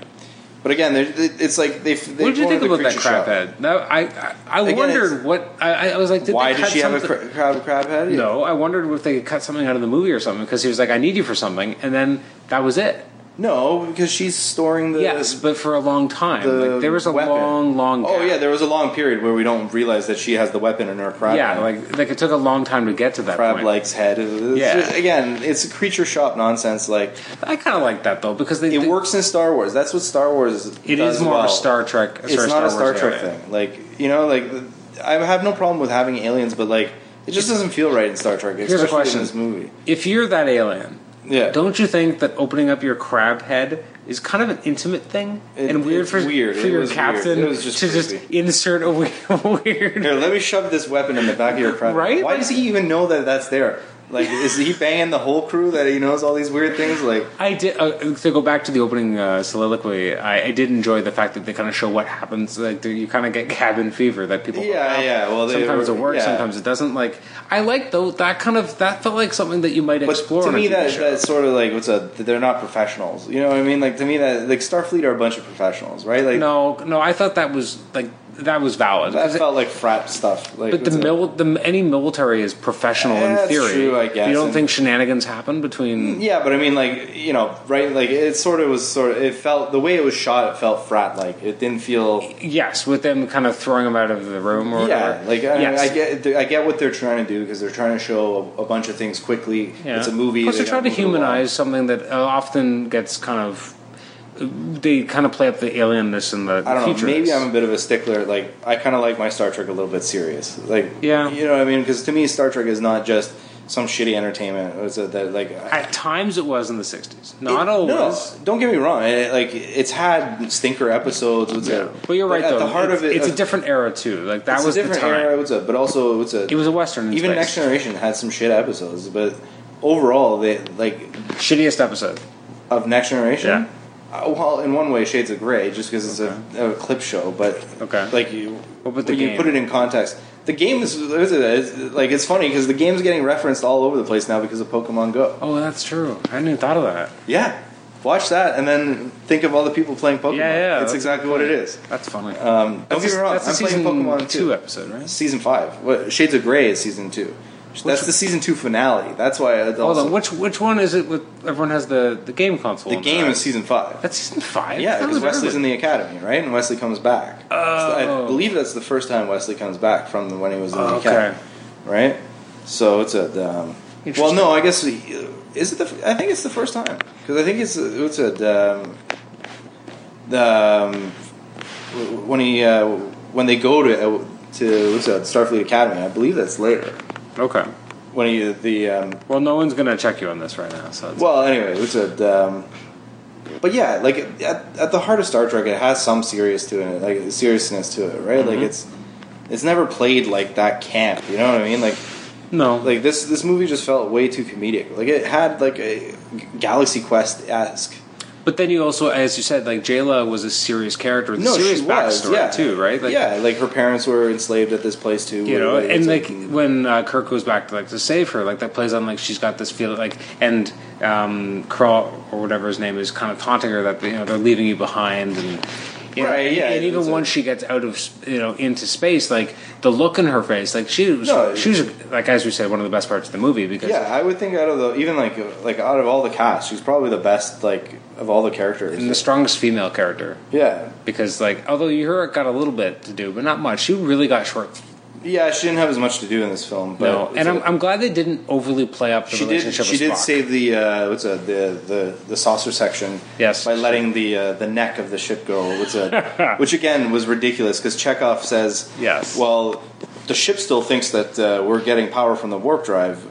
Speaker 2: But again, they're- it's like they. they
Speaker 1: what did you
Speaker 2: go
Speaker 1: think
Speaker 2: into the
Speaker 1: about that
Speaker 2: creature
Speaker 1: crab
Speaker 2: shop.
Speaker 1: head? No, I I, I
Speaker 2: Again,
Speaker 1: wondered
Speaker 2: it's-
Speaker 1: what I, I was like. Did
Speaker 2: Why
Speaker 1: they
Speaker 2: did
Speaker 1: cut
Speaker 2: she have a
Speaker 1: something-
Speaker 2: cra- crab crab head?
Speaker 1: No, I wondered if they could cut something out of the movie or something because he was like, "I need you for something," and then that was it.
Speaker 2: No, because she's storing the.
Speaker 1: yes, but for a long time,
Speaker 2: the
Speaker 1: like, there was a
Speaker 2: weapon.
Speaker 1: long, long.
Speaker 2: Oh
Speaker 1: gap.
Speaker 2: yeah, there was a long period where we don't realize that she has the weapon in her crab.
Speaker 1: yeah, like like it took a long time to get to that
Speaker 2: crab
Speaker 1: point.
Speaker 2: likes head. It's
Speaker 1: Yeah.
Speaker 2: just- again, it's creature shop nonsense. Like
Speaker 1: I kind of like that though because they
Speaker 2: it
Speaker 1: they-
Speaker 2: works in Star Wars. That's what Star Wars.
Speaker 1: It
Speaker 2: does
Speaker 1: is more
Speaker 2: well.
Speaker 1: of a Star Trek.
Speaker 2: It's not a Star
Speaker 1: Wars
Speaker 2: Trek
Speaker 1: area.
Speaker 2: thing. Like you know, like I have no problem with having aliens, but like it just doesn't feel right in Star Trek.
Speaker 1: a
Speaker 2: especially
Speaker 1: question.
Speaker 2: in this movie.
Speaker 1: If you're that alien,
Speaker 2: Yeah.
Speaker 1: don't you think that opening up your crab head is kind of an intimate thing
Speaker 2: It-
Speaker 1: and weird
Speaker 2: it's
Speaker 1: for,
Speaker 2: weird.
Speaker 1: for
Speaker 2: It
Speaker 1: your
Speaker 2: was weird.
Speaker 1: captain
Speaker 2: It was just
Speaker 1: to just
Speaker 2: creepy.
Speaker 1: insert a we- weird?
Speaker 2: Here, let me shove this weapon in the back of your crowd.
Speaker 1: Right?
Speaker 2: Why does he even know that that's there? Like, is he banging the whole crew that he knows all these weird things? Like,
Speaker 1: I did uh, to go back to the opening uh, soliloquy. I, I did enjoy the fact that they kind of show what happens. Like do you kind of get cabin fever that people.
Speaker 2: Yeah,
Speaker 1: have.
Speaker 2: yeah, well, they
Speaker 1: sometimes
Speaker 2: were-
Speaker 1: it works,
Speaker 2: yeah.
Speaker 1: sometimes it doesn't. Like I like though that kind of that felt like something that you might
Speaker 2: but
Speaker 1: explore.
Speaker 2: to
Speaker 1: on a
Speaker 2: me,
Speaker 1: TV
Speaker 2: that
Speaker 1: show.
Speaker 2: that's sort of like what's a they're not professionals. You know what I mean? Like to me, that like Starfleet are a bunch of professionals, right? Like,
Speaker 1: No, no, I thought that was like that was valid.
Speaker 2: That
Speaker 1: 'Cause it-
Speaker 2: felt like frat stuff. Like,
Speaker 1: but the
Speaker 2: it's a-
Speaker 1: mil, the any military is professional
Speaker 2: Yeah,
Speaker 1: in
Speaker 2: that's
Speaker 1: theory.
Speaker 2: true, I guess,
Speaker 1: You don't
Speaker 2: and-
Speaker 1: think shenanigans happen between?
Speaker 2: Yeah, but I mean, like you know, right? Like it sort of was sort of it felt the way it was shot. It felt frat like. It didn't feel.
Speaker 1: Yes, with them kind of throwing them out of the room or
Speaker 2: Yeah,
Speaker 1: whatever.
Speaker 2: like I,
Speaker 1: Yes.
Speaker 2: I get, I get what they're trying to do because they're trying to show a, a bunch of things quickly.
Speaker 1: Yeah.
Speaker 2: It's a uh, movie.
Speaker 1: Plus, they're
Speaker 2: gotta
Speaker 1: trying to
Speaker 2: move it along.
Speaker 1: humanize something that uh, often gets kind of. They kind of play up the alienness and the.
Speaker 2: I don't know.
Speaker 1: future.
Speaker 2: Maybe I'm a bit of a stickler. Like I kind of like my Star Trek a little bit serious. Like
Speaker 1: Yeah.
Speaker 2: you know what I mean? Because to me, Star Trek is not just some shitty entertainment. It's a, that like
Speaker 1: At times, it was in the '60s.
Speaker 2: It-
Speaker 1: Not always.
Speaker 2: No, don't get me wrong. It, like it's had stinker episodes. What's it?
Speaker 1: But you're right,
Speaker 2: At
Speaker 1: though.
Speaker 2: the heart
Speaker 1: it's,
Speaker 2: of it,
Speaker 1: it's a
Speaker 2: uh,
Speaker 1: different era too. Like that
Speaker 2: it's
Speaker 1: was
Speaker 2: a different
Speaker 1: the time.
Speaker 2: era. What's it? But also, what's it?
Speaker 1: It was a western. In
Speaker 2: even
Speaker 1: space.
Speaker 2: Next Generation had some shit episodes. But overall, they like
Speaker 1: shittiest episode.
Speaker 2: of Next Generation.
Speaker 1: Yeah.
Speaker 2: Uh, well, in one way, Shades of Grey, just because it's a, a clip show. But
Speaker 1: Okay.
Speaker 2: like you,
Speaker 1: What about the
Speaker 2: when
Speaker 1: game?
Speaker 2: you put it in context. The game is, is, is like it's funny because the game's getting referenced all over the place now because of Pokemon Go.
Speaker 1: Oh, that's true. I hadn't even thought of that.
Speaker 2: Yeah, watch that and then think of all the people playing Pokemon.
Speaker 1: Yeah, yeah, that's
Speaker 2: it's exactly what it is.
Speaker 1: That's funny.
Speaker 2: Um, don't
Speaker 1: that's
Speaker 2: get me
Speaker 1: a-
Speaker 2: wrong,
Speaker 1: That's a
Speaker 2: I'm playing
Speaker 1: season
Speaker 2: Pokemon
Speaker 1: two eh?
Speaker 2: too.
Speaker 1: episode, right?
Speaker 2: Season five. What Shades of Grey is season two. That's the season two finale. That's why I
Speaker 1: Hold
Speaker 2: also-
Speaker 1: on. Which which one is it? With everyone has the the game console.
Speaker 2: the game
Speaker 1: inside?
Speaker 2: is season five.
Speaker 1: That's season five.
Speaker 2: Yeah,
Speaker 1: That
Speaker 2: because
Speaker 1: was
Speaker 2: Wesley's
Speaker 1: early.
Speaker 2: in the academy, right? And Wesley comes back. So I
Speaker 1: Oh.
Speaker 2: believe that's the first time Wesley comes back from the, when he was in the
Speaker 1: Oh, okay.
Speaker 2: academy, right? So it's a um, well,
Speaker 1: Interesting.
Speaker 2: no, I guess we- is it the? f- I think it's the first time because I think it's it's a um, the um, w- when he uh, when they go to uh, to what's that Starfleet Academy. I believe that's later
Speaker 1: Okay.
Speaker 2: when he the um,
Speaker 1: Well, no one's gonna check you on this right now. So it's,
Speaker 2: well, anyway, it's a. Um, but yeah, like at, at the heart of Star Trek, it has some serious to it, like seriousness to it, right?
Speaker 1: Mm-hmm.
Speaker 2: Like it's it's never played like that camp. You know what I mean? Like
Speaker 1: no.
Speaker 2: like this this movie just felt way too comedic. Like it had like a Galaxy Quest esque.
Speaker 1: but then you also, as you said, like Jayla was a serious character, with a serious backstory too, right? Like,
Speaker 2: yeah, like her parents were enslaved at this place too.
Speaker 1: you know
Speaker 2: where they-
Speaker 1: and like
Speaker 2: it's
Speaker 1: when uh, kirk goes back to like to save her like that plays on like she's got this feeling like and um Kral or whatever his name is kind of taunting her that you know they're leaving you behind and you know,
Speaker 2: Right,
Speaker 1: and,
Speaker 2: yeah,
Speaker 1: and even
Speaker 2: it's a-
Speaker 1: once she gets out of s- you know into space like the look in her face like she was
Speaker 2: No,
Speaker 1: she was like as we said one of the best parts of the movie because
Speaker 2: yeah, I would think out of the even like like out of all the cast, she's probably the best like of all the characters.
Speaker 1: and the strongest female character
Speaker 2: yeah,
Speaker 1: because like although Uhura got a little bit to do but not much she really got short
Speaker 2: Yeah, she didn't have as much to do in this film. But
Speaker 1: no and I'm, I'm glad they didn't overly play up the
Speaker 2: she did.
Speaker 1: relationship
Speaker 2: She
Speaker 1: with
Speaker 2: did
Speaker 1: Spock.
Speaker 2: save the uh, what's a, the the the saucer section.
Speaker 1: Yes.
Speaker 2: by letting the uh, the neck of the ship go. What's a, which again was ridiculous because Chekhov says,
Speaker 1: Yes.
Speaker 2: Well, the ship still thinks that uh, we're getting power from the warp drive.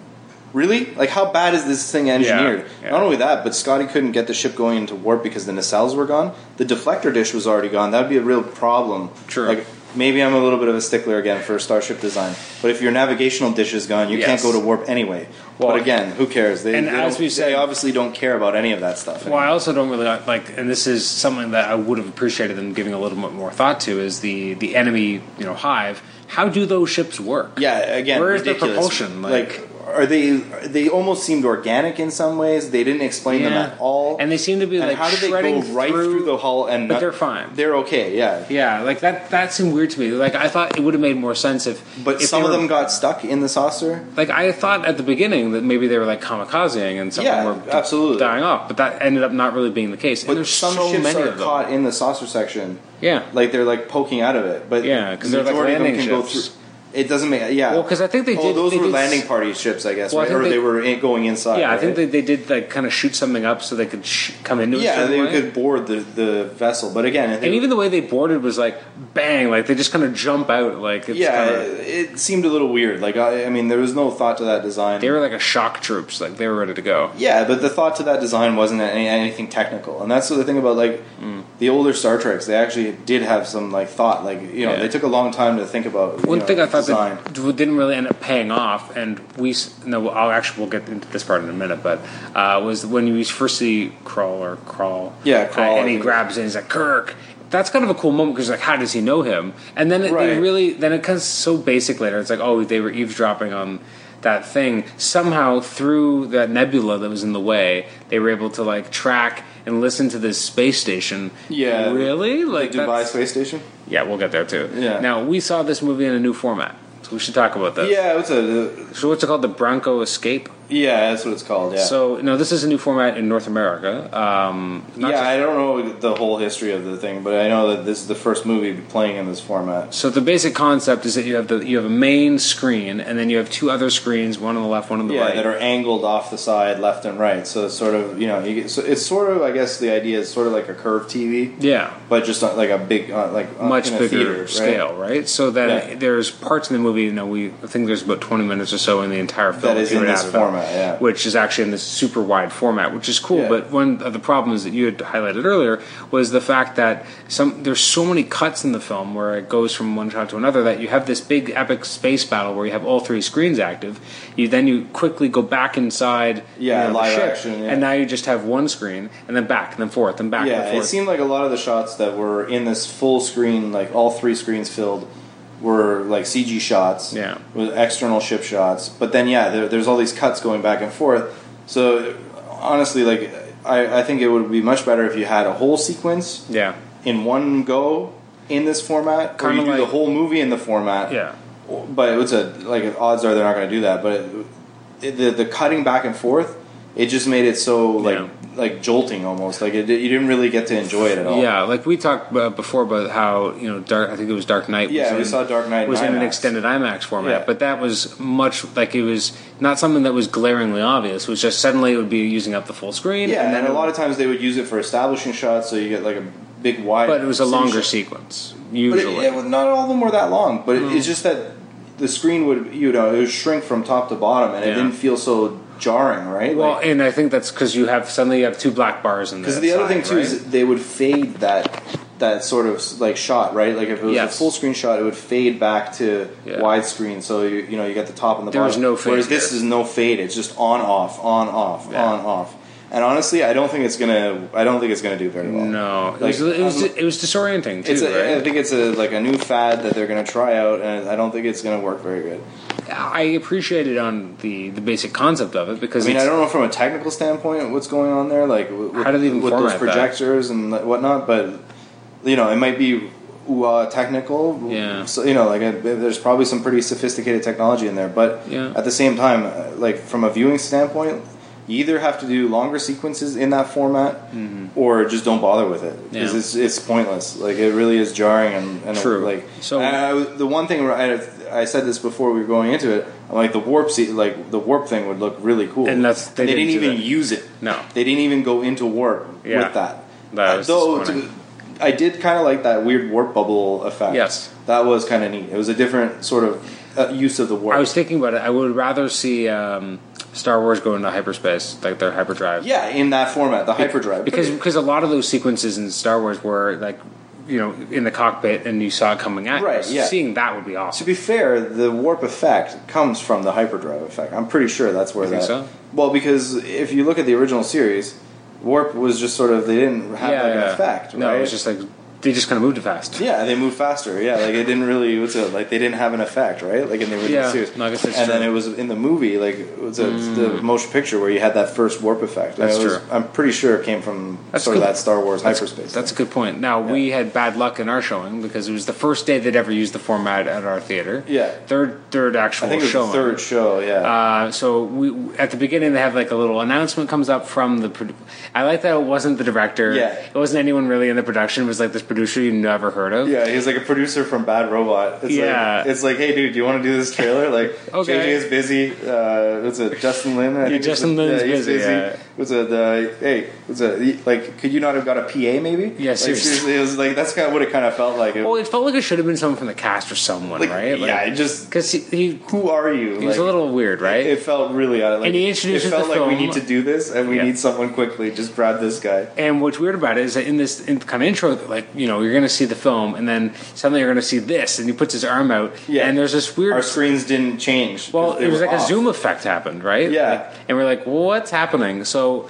Speaker 2: Really? Like, how bad is this thing engineered?
Speaker 1: yeah.
Speaker 2: Not only that, but Scotty couldn't get the ship going into warp because the nacelles were gone. The deflector dish was already gone. That would be a real problem.
Speaker 1: True.
Speaker 2: Like, maybe I'm a little bit of a stickler again for starship design, but if your navigational dish is gone, you
Speaker 1: Yes.
Speaker 2: can't go to warp anyway.
Speaker 1: Well-
Speaker 2: but again, who cares? They,
Speaker 1: And
Speaker 2: they
Speaker 1: as
Speaker 2: don't-
Speaker 1: we said-
Speaker 2: they obviously don't care about any of that stuff.
Speaker 1: Well, I also don't really like- like, and this is something that I would have appreciated them giving a little bit more thought to is the the enemy, you know, hive. How do those ships work?
Speaker 2: Yeah, again,
Speaker 1: Where is the
Speaker 2: ridiculous.
Speaker 1: propulsion? Like-
Speaker 2: are they? They almost seemed organic in some ways. They didn't explain them
Speaker 1: Yeah.
Speaker 2: at all.
Speaker 1: And they seem to be, like,
Speaker 2: how did they go
Speaker 1: shredding
Speaker 2: right through,
Speaker 1: through-
Speaker 2: the hull? And
Speaker 1: but
Speaker 2: not-
Speaker 1: they're fine.
Speaker 2: They're okay. Yeah,
Speaker 1: Yeah, like that. That seemed weird to me. Like I thought it would have made more sense if,
Speaker 2: but
Speaker 1: if
Speaker 2: some
Speaker 1: they
Speaker 2: of
Speaker 1: were-
Speaker 2: them got stuck in the saucer.
Speaker 1: Like I thought at the beginning that maybe they were like kamikazing and some of
Speaker 2: Yeah,
Speaker 1: them were
Speaker 2: absolutely.
Speaker 1: dying off, but that ended up not really being the case.
Speaker 2: But
Speaker 1: and there's
Speaker 2: some
Speaker 1: so
Speaker 2: ships
Speaker 1: many
Speaker 2: are
Speaker 1: of them.
Speaker 2: caught in the saucer section.
Speaker 1: Yeah.
Speaker 2: like they're like poking out of it. But
Speaker 1: Yeah, 'cause
Speaker 2: the
Speaker 1: they're, like,
Speaker 2: majority of them
Speaker 1: landing
Speaker 2: can go
Speaker 1: ships.
Speaker 2: through. It doesn't make yeah.
Speaker 1: Well, 'cause I think they
Speaker 2: oh,
Speaker 1: did-
Speaker 2: Those
Speaker 1: they
Speaker 2: were
Speaker 1: did s-
Speaker 2: landing party ships, I guess,
Speaker 1: Well, I
Speaker 2: right?
Speaker 1: think
Speaker 2: or they,
Speaker 1: they-
Speaker 2: were in, going inside.
Speaker 1: Yeah, I
Speaker 2: right?
Speaker 1: think they, they did like kind of shoot something up so they could sh- come into it.
Speaker 2: yeah
Speaker 1: certain
Speaker 2: they
Speaker 1: way.
Speaker 2: could board the, the vessel, but again, I think
Speaker 1: And even the way they boarded was like bang, like they just kind of jump out, like it's
Speaker 2: yeah,
Speaker 1: kinda-
Speaker 2: it, it seemed a little weird. Like I, I mean, there was no thought to that design.
Speaker 1: they were like a shock troops, like they were ready to go.
Speaker 2: yeah, but the thought to that design wasn't any, anything technical, and that's the thing about like
Speaker 1: Mm.
Speaker 2: the older Star Treks. They actually did have some like thought. Like you know,
Speaker 1: Yeah.
Speaker 2: they took a long time to think about you
Speaker 1: One
Speaker 2: know,
Speaker 1: thing I thought
Speaker 2: design.
Speaker 1: that d- didn't really end up paying off, and we s- no, I'll actually we'll get into this part in a minute, but uh, was when we first see Crawl or Crawl,
Speaker 2: Yeah, Krall,
Speaker 1: uh,
Speaker 2: I
Speaker 1: and he
Speaker 2: think.
Speaker 1: grabs it and he's like Kirk. That's kind of a cool moment because like, how does he know him? And then it, they
Speaker 2: Right.
Speaker 1: really, then it comes so basic later. It's like, oh, they were eavesdropping on that thing. Somehow, through that nebula that was in the way, they were able to like track and listen to this space station.
Speaker 2: Yeah.
Speaker 1: really? Like
Speaker 2: the Dubai
Speaker 1: that's-
Speaker 2: space station.
Speaker 1: Yeah, we'll get there too.
Speaker 2: Yeah.
Speaker 1: Now we saw this movie in a new format, so we should talk about this.
Speaker 2: Yeah, it's a
Speaker 1: So what's it called? The Bronco Escape.
Speaker 2: yeah. That's what it's called. Yeah.
Speaker 1: So no, this is a new format in North America. Um, not
Speaker 2: yeah,
Speaker 1: just-
Speaker 2: I don't know the whole history of the thing, but I know that this is the first movie playing in this format.
Speaker 1: So the basic concept is that you have the you have a main screen and then you have two other screens, one on the left, one on the
Speaker 2: Yeah,
Speaker 1: right.
Speaker 2: that are angled off the side, left and right. So it's sort of you know, you get, so it's sort of I guess the idea is sort of like a curved TV,
Speaker 1: yeah.
Speaker 2: but just on, like a big uh, like uh,
Speaker 1: Much
Speaker 2: in a
Speaker 1: bigger
Speaker 2: theater, right?
Speaker 1: scale, right? So that
Speaker 2: Yeah.
Speaker 1: there's parts in the movie. You know, we I think there's about 20 minutes or so in the entire film
Speaker 2: That is
Speaker 1: if you
Speaker 2: in
Speaker 1: were to
Speaker 2: this
Speaker 1: add it up,
Speaker 2: format, yeah.
Speaker 1: which is actually in this super wide format, which is cool.
Speaker 2: Yeah.
Speaker 1: But one of the problems that you had highlighted earlier was the fact that some there's so many cuts in the film where it goes from one shot to another that you have this big epic space battle where you have all three screens active. You then you quickly go back inside, you
Speaker 2: Yeah,
Speaker 1: know, the
Speaker 2: live
Speaker 1: ship,
Speaker 2: action, yeah.
Speaker 1: and now you just have one screen and then back and then forth and back and
Speaker 2: Yeah,
Speaker 1: forth.
Speaker 2: it seemed like a lot of the shots that were in this full screen, like all three screens filled, were like CG shots.
Speaker 1: Yeah.
Speaker 2: with external ship shots. But then, yeah, there, there's all these cuts going back and forth. So honestly, like I, I think it would be much better if you had a whole sequence
Speaker 1: yeah,
Speaker 2: in one go in this format, or you
Speaker 1: Kinda
Speaker 2: do the
Speaker 1: like-
Speaker 2: whole movie in the format.
Speaker 1: yeah.
Speaker 2: But it's a like odds are they're not going to do that. But it, it, the the cutting back and forth, it just made it so like
Speaker 1: Yeah.
Speaker 2: like jolting almost. Like it, you didn't really get to enjoy it at all.
Speaker 1: Yeah, like we talked uh, before about how you know, Dark. I think it was Dark Knight.
Speaker 2: Yeah,
Speaker 1: was
Speaker 2: we
Speaker 1: in,
Speaker 2: saw Dark Knight in
Speaker 1: was in an
Speaker 2: IMAX.
Speaker 1: extended IMAX format,
Speaker 2: Yeah.
Speaker 1: but that was much like it was not something that was glaringly obvious. It was just suddenly it would be using up the full screen.
Speaker 2: yeah. And then
Speaker 1: it-
Speaker 2: a lot of times they would use it for establishing shots, so you get like a big wide.
Speaker 1: but it was a longer
Speaker 2: scene.
Speaker 1: sequence
Speaker 2: But
Speaker 1: usually. Mm.
Speaker 2: it, it, was- not all of them were that long. But it, it's just that the screen would you know it would shrink from top to bottom, and it
Speaker 1: Yeah.
Speaker 2: didn't feel so jarring, right?
Speaker 1: well, and I think that's because you have suddenly you have two black bars in
Speaker 2: Because the other thing too
Speaker 1: right?
Speaker 2: is they would fade that that sort of like shot, right? Like if it was
Speaker 1: Yes.
Speaker 2: a full screen shot, it would fade back to
Speaker 1: Yeah.
Speaker 2: widescreen. So you you know you got the top and the
Speaker 1: There was
Speaker 2: bottom.
Speaker 1: no fade
Speaker 2: Whereas this
Speaker 1: here.
Speaker 2: is no fade; it's just on off, on off,
Speaker 1: Yeah.
Speaker 2: on off. And honestly, I don't think it's gonna. I don't think it's gonna do very well.
Speaker 1: no, it
Speaker 2: Like,
Speaker 1: was it was,
Speaker 2: um,
Speaker 1: it was disorienting too.
Speaker 2: It's a, uh, I
Speaker 1: right?
Speaker 2: think it's a like a new fad that they're gonna try out, and I don't think it's gonna work very good.
Speaker 1: I appreciate it on the the basic concept of it because
Speaker 2: I mean, I
Speaker 1: it's-
Speaker 2: don't know from a technical standpoint what's going on there, like w- with,
Speaker 1: How do they even
Speaker 2: with
Speaker 1: format
Speaker 2: those
Speaker 1: that?
Speaker 2: projectors and li- whatnot. But you know, it might be ooh, uh, technical.
Speaker 1: Yeah.
Speaker 2: So you know, like uh, there's probably some pretty sophisticated technology in there, but
Speaker 1: Yeah.
Speaker 2: at the same time, uh, like from a viewing standpoint, you either have to do longer sequences in that format, or just don't bother with it because
Speaker 1: Mm-hmm. Yeah.
Speaker 2: it's it's pointless. Like it really is jarring and, and
Speaker 1: True.
Speaker 2: Like
Speaker 1: So-
Speaker 2: and I was- the one thing where I, I said this before we were going into it. I'm like the warp, se- like the warp thing would look really cool,
Speaker 1: And that's- they
Speaker 2: they, didn't,
Speaker 1: didn't do
Speaker 2: even
Speaker 1: that.
Speaker 2: use it.
Speaker 1: No.
Speaker 2: they didn't even go into warp
Speaker 1: Yeah.
Speaker 2: with that.
Speaker 1: That
Speaker 2: Uh,
Speaker 1: was
Speaker 2: Though
Speaker 1: disappointing.
Speaker 2: to- I did kind of like that weird warp bubble effect.
Speaker 1: Yes.
Speaker 2: that was kind of neat. It was a different sort of uh, use of the warp.
Speaker 1: I was thinking about it. I would rather see um, Star Wars go into hyperspace, like their hyperdrive.
Speaker 2: yeah, in that format, the hyperdrive
Speaker 1: Because because a lot of those sequences in Star Wars were like, you know, in the cockpit and you saw it coming at
Speaker 2: Right,
Speaker 1: you.
Speaker 2: yeah.
Speaker 1: Seeing that would be
Speaker 2: To
Speaker 1: awesome.
Speaker 2: be fair, the warp effect comes from the hyperdrive effect. I'm pretty sure that's where
Speaker 1: You think
Speaker 2: that.
Speaker 1: so?
Speaker 2: Well, because if you look at the original series, warp was just sort of they didn't have like an effect,
Speaker 1: No,
Speaker 2: right?
Speaker 1: it was just like they just kind of moved it fast.
Speaker 2: yeah, they moved faster. Yeah, like it didn't really what's it like they didn't have an effect, right? Like in the original
Speaker 1: Yeah,
Speaker 2: series.
Speaker 1: no, I guess that's
Speaker 2: and
Speaker 1: true. Mm.
Speaker 2: then it was in the movie, like it was a, the motion picture where you had that first warp effect. And
Speaker 1: That's
Speaker 2: it was,
Speaker 1: true.
Speaker 2: I'm pretty sure it came from
Speaker 1: That's
Speaker 2: sort
Speaker 1: good.
Speaker 2: of that Star Wars
Speaker 1: That's-
Speaker 2: hyperspace.
Speaker 1: That's a good point. Now we had bad luck in our showing because it was the first day they'd ever used the format at our theater.
Speaker 2: Yeah.
Speaker 1: third third actual
Speaker 2: I think it was
Speaker 1: showing.
Speaker 2: the third show. Yeah,
Speaker 1: Uh, so we at the beginning they have like a little announcement comes up from the. Pro- I like that it wasn't the director.
Speaker 2: Yeah.
Speaker 1: it wasn't anyone really in the production. It was like this producer you never heard of.
Speaker 2: Yeah, he's like a producer from Bad Robot. It's
Speaker 1: Yeah.
Speaker 2: like, it's like, hey, dude, do you want to do this trailer? Like,
Speaker 1: Okay.
Speaker 2: JJ is busy. Uh, it's a Justin Lin. I think it's
Speaker 1: Justin
Speaker 2: the-
Speaker 1: Lin's
Speaker 2: yeah, he's
Speaker 1: busy, yeah.
Speaker 2: It's a the, uh, hey, it's a like, could you not have got a PA maybe?
Speaker 1: Yeah,
Speaker 2: like,
Speaker 1: seriously.
Speaker 2: It was like that's kind of what it kind of felt like. It,
Speaker 1: Well, it felt like it should have been someone from the cast or someone,
Speaker 2: like,
Speaker 1: right?
Speaker 2: yeah, it just
Speaker 1: because he, he
Speaker 2: who are you?
Speaker 1: he was a little weird, right?
Speaker 2: It felt really odd. Like,
Speaker 1: And he introduces
Speaker 2: it felt
Speaker 1: the
Speaker 2: like we
Speaker 1: film.
Speaker 2: need to do this, and we
Speaker 1: Yeah.
Speaker 2: need someone quickly. Just grab this guy.
Speaker 1: and what's weird about it is that in this in kind of intro, like you know, you're going to see the film, and then suddenly you're going to see this, and he puts his arm out,
Speaker 2: Yeah.
Speaker 1: and there's this weird
Speaker 2: Our screens didn't change.
Speaker 1: Well,
Speaker 2: 'cause they
Speaker 1: it was
Speaker 2: were
Speaker 1: like a
Speaker 2: off.
Speaker 1: Zoom effect happened, right?
Speaker 2: Yeah.
Speaker 1: Like- and we're like, well, what's happening? So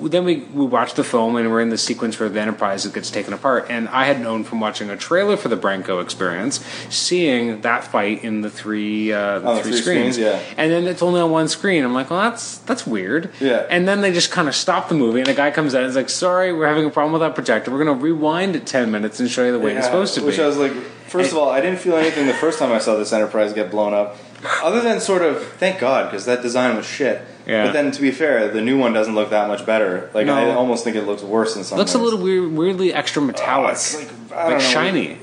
Speaker 1: then we, we watch the film and we're in the sequence where the Enterprise gets taken apart. And I had known from watching a trailer for the Branco Experience, seeing that fight in the three uh, the
Speaker 2: On
Speaker 1: three,
Speaker 2: the Oh, three
Speaker 1: screens,
Speaker 2: screens, yeah.
Speaker 1: And then it's only on one screen. I'm like, well, that's that's weird.
Speaker 2: Yeah.
Speaker 1: And then they just kind of stop the movie, and a guy comes out and is like, sorry, we're having a problem with that projector. We're going to rewind it ten minutes and show you the way it's
Speaker 2: Yeah,
Speaker 1: supposed to
Speaker 2: which
Speaker 1: be.
Speaker 2: I was like, first of all, I didn't feel anything the first time I saw this Enterprise get blown up, other than sort of thank God because that design was shit.
Speaker 1: Yeah.
Speaker 2: But then, to be fair, the new one doesn't look that much better. Like I
Speaker 1: No.
Speaker 2: almost think it looks worse in some.
Speaker 1: Looks a
Speaker 2: ways.
Speaker 1: little weird, weirdly extra
Speaker 2: Oh,
Speaker 1: metallic,
Speaker 2: it's like, I don't
Speaker 1: like
Speaker 2: know.
Speaker 1: shiny.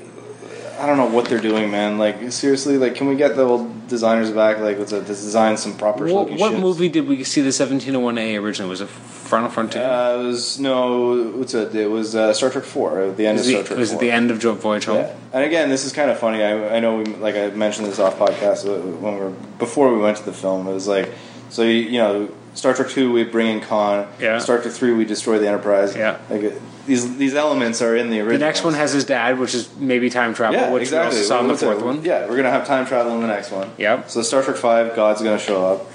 Speaker 2: I don't know what they're doing, man. Like seriously, like can we get the old designers back? Like let's uh, design some proper
Speaker 1: What,
Speaker 2: looking
Speaker 1: what
Speaker 2: shit.
Speaker 1: movie did we see the 1701A originally? Was it Final Frontier?
Speaker 2: Uh, it was no, what's it? It was uh, Star Trek Four. uh, The end
Speaker 1: was
Speaker 2: of
Speaker 1: the,
Speaker 2: Star Trek.
Speaker 1: was
Speaker 2: 4.
Speaker 1: it the end of Job Voyage Home?
Speaker 2: Yeah. And again, this is kind of funny. I, I know, we, like I mentioned this off podcast uh, when we were before we went to the film. It was like, so you, you know, Star Trek Two, we bring in Khan.
Speaker 1: Yeah.
Speaker 2: Star Trek Three, we destroy the Enterprise.
Speaker 1: Yeah.
Speaker 2: Like uh, these these elements are in the
Speaker 1: The
Speaker 2: original.
Speaker 1: next one has his dad, which is maybe time travel,
Speaker 2: yeah,
Speaker 1: which
Speaker 2: exactly.
Speaker 1: we also saw in the
Speaker 2: What's it?
Speaker 1: fourth one.
Speaker 2: Yeah, we're gonna have time travel in the next one.
Speaker 1: Yep.
Speaker 2: So Star Trek Five, God's gonna show up.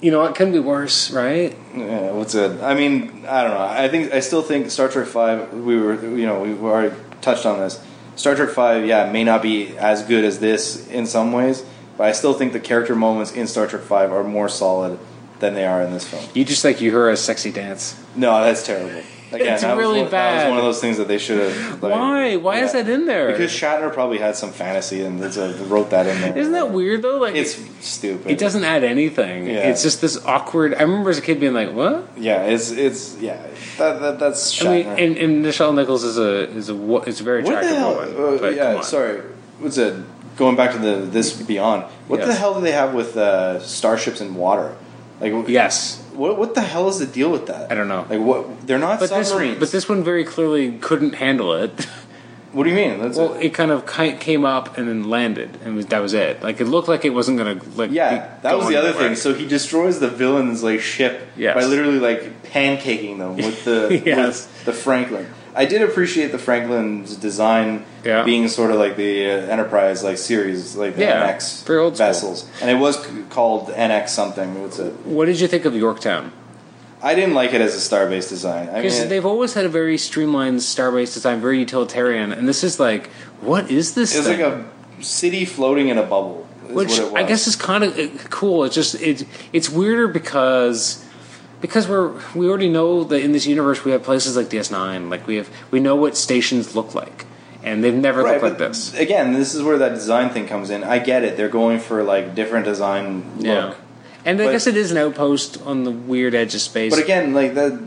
Speaker 1: You know, it can be worse, right?
Speaker 2: Yeah, what's it? I mean, I don't know. I think I still think Star Trek Five. We were, you know, we've already touched on this. Star Trek Five, yeah, may not be as good as this in some ways, but I still think the character moments in Star Trek Five are more solid than they are in this film.
Speaker 1: You just like you heard a sexy dance.
Speaker 2: No, that's terrible. Again,
Speaker 1: It's
Speaker 2: that was
Speaker 1: really
Speaker 2: one- That
Speaker 1: bad.
Speaker 2: was one of those things that they should have. like-
Speaker 1: Why? Why is
Speaker 2: Yeah.
Speaker 1: that in there?
Speaker 2: Because Shatner probably had some fantasy and that's a- wrote that in there.
Speaker 1: Isn't that weird though? Like
Speaker 2: It's stupid.
Speaker 1: it doesn't add anything.
Speaker 2: Yeah.
Speaker 1: It's just this awkward. I remember as a kid being like, "What?"
Speaker 2: Yeah, it's it's yeah. That, that that's. Shatner.
Speaker 1: I mean, and, and Nichelle Nichols is a is a wo- is a very
Speaker 2: What
Speaker 1: attractive
Speaker 2: the hell?
Speaker 1: woman.
Speaker 2: uh,
Speaker 1: but come
Speaker 2: yeah,
Speaker 1: on.
Speaker 2: sorry. What's it? Going back to the this beyond. What the
Speaker 1: Yes.
Speaker 2: hell do they have with uh, starships and water? Like wh-
Speaker 1: Yes,
Speaker 2: What what the hell is the deal with that?
Speaker 1: I don't know.
Speaker 2: Like what? They're not
Speaker 1: but this
Speaker 2: submarines.
Speaker 1: but this one very clearly couldn't handle it.
Speaker 2: what do you mean? That's
Speaker 1: Well, it kind of ki- came up and then landed, and was, that was it. Like it looked like it wasn't gonna. Like,
Speaker 2: yeah,
Speaker 1: be
Speaker 2: that was
Speaker 1: going
Speaker 2: the other
Speaker 1: anywhere.
Speaker 2: thing. So he destroys the villain's like ship
Speaker 1: Yes.
Speaker 2: by literally like pancaking them with the
Speaker 1: Yes.
Speaker 2: with the Franklin. I did appreciate the Franklin's design
Speaker 1: Yeah.
Speaker 2: being sort of like the uh, Enterprise like series, like the
Speaker 1: Yeah,
Speaker 2: NX
Speaker 1: very old school.
Speaker 2: vessels, and it was c- called NX something. What's it?
Speaker 1: What did you think of Yorktown?
Speaker 2: I didn't like it as a starbase design. I
Speaker 1: Because
Speaker 2: mean,
Speaker 1: they've always had a very streamlined starbase design, very utilitarian, and this is like, what is this?
Speaker 2: it was
Speaker 1: thing?
Speaker 2: like a city floating in a bubble. Is
Speaker 1: which
Speaker 2: what it was.
Speaker 1: I guess is kind of uh, cool. It's just it it's weirder because because we're we already know that in this universe we have places like DS Nine, like we have we know what stations look like, and they've never
Speaker 2: Right,
Speaker 1: looked like
Speaker 2: but
Speaker 1: this.
Speaker 2: Again, this is where that design thing comes in. I get it; they're going for like different design look.
Speaker 1: Yeah, and I
Speaker 2: But-
Speaker 1: guess it is an outpost on the weird edge of space.
Speaker 2: But again, like that,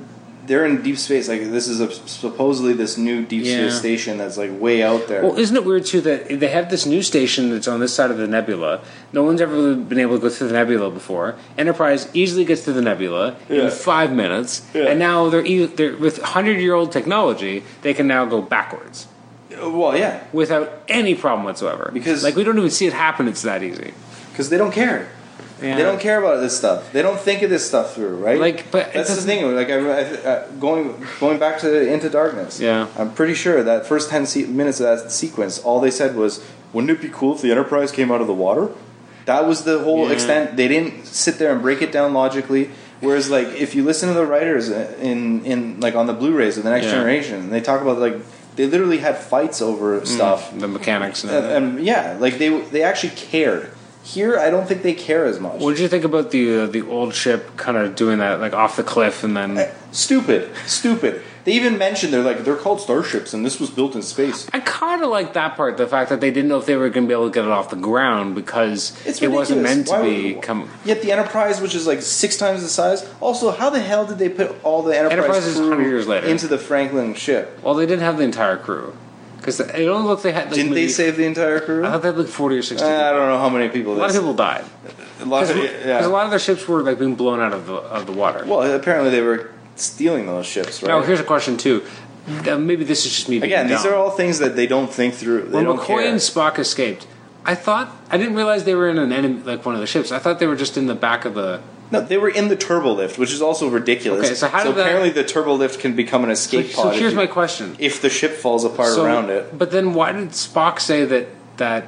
Speaker 2: they're in deep space. Like this is a, supposedly this new deep
Speaker 1: Yeah.
Speaker 2: space station that's like way out there.
Speaker 1: Well, isn't it weird too that they have this new station that's on this side of the nebula? No one's ever really been able to go through the nebula before. Enterprise easily gets through the nebula
Speaker 2: Yeah.
Speaker 1: in five minutes,
Speaker 2: Yeah.
Speaker 1: and now they're, e- they're with hundred-year-old technology. They can now go backwards
Speaker 2: well, yeah,
Speaker 1: without any problem whatsoever.
Speaker 2: Because-
Speaker 1: like we don't even see it happen. It's that easy.
Speaker 2: because they don't care.
Speaker 1: Yeah.
Speaker 2: They don't care about this stuff. They don't think of this stuff through, right?
Speaker 1: Like, but it
Speaker 2: that's the
Speaker 1: doesn't-
Speaker 2: thing. Like, I, I, uh, going going back to Into Darkness.
Speaker 1: Yeah.
Speaker 2: I'm pretty sure that first ten se- minutes of that sequence, all they said was, "Wouldn't it be cool if the Enterprise came out of the water?" That was the whole
Speaker 1: Yeah.
Speaker 2: extent. They didn't sit there and break it down logically. Whereas, like, if you listen to the writers in in like on the Blu-rays of the Next
Speaker 1: Yeah.
Speaker 2: Generation, they talk about like they literally had fights
Speaker 1: Mm.
Speaker 2: over stuff
Speaker 1: The mechanics. And
Speaker 2: and, and yeah, like they they actually cared. Here, I don't think they care as much.
Speaker 1: what did you think about the uh, the old ship kind of doing that, like off the cliff, and then?
Speaker 2: Stupid, stupid. They even mentioned they're like they're called starships, and this was built in space.
Speaker 1: I kind of like that part, the fact that they didn't know if they were going to be able to get it off the ground because
Speaker 2: It's
Speaker 1: it wasn't meant
Speaker 2: ridiculous.
Speaker 1: to
Speaker 2: Why
Speaker 1: be.
Speaker 2: would-
Speaker 1: Come,
Speaker 2: Yet the Enterprise, which is like six times the size, also how the hell did they put all the Enterprise,
Speaker 1: Enterprise is
Speaker 2: crew
Speaker 1: 100 years later.
Speaker 2: into the Franklin ship?
Speaker 1: well, they didn't have the entire crew because it only looked they had. Like,
Speaker 2: Didn't
Speaker 1: maybe-
Speaker 2: they save the entire crew?
Speaker 1: I
Speaker 2: Uh,
Speaker 1: thought they had like forty or sixty.
Speaker 2: I don't know how many people.
Speaker 1: a lot
Speaker 2: This,
Speaker 1: of people died
Speaker 2: a lot
Speaker 1: because
Speaker 2: of- uh, yeah.
Speaker 1: a lot of their ships were like being blown out of the of the water.
Speaker 2: well, apparently they were stealing those ships, right?
Speaker 1: now here's a question too. Uh, maybe this is just me. Being
Speaker 2: Again, these
Speaker 1: dumb.
Speaker 2: are all things that they don't think through. They
Speaker 1: when
Speaker 2: don't
Speaker 1: McCoy
Speaker 2: care.
Speaker 1: and Spock escaped. I thought I didn't realize they were in an enemy like one of the ships. I thought they were just in the back of the.
Speaker 2: No, they were in the turbo lift, which is also ridiculous.
Speaker 1: Okay, so how did that-
Speaker 2: apparently the turbo lift can become an escape
Speaker 1: so
Speaker 2: pod if,
Speaker 1: here's
Speaker 2: you-
Speaker 1: my question:
Speaker 2: if the ship falls apart
Speaker 1: So-
Speaker 2: around it.
Speaker 1: But then, why did Spock say that that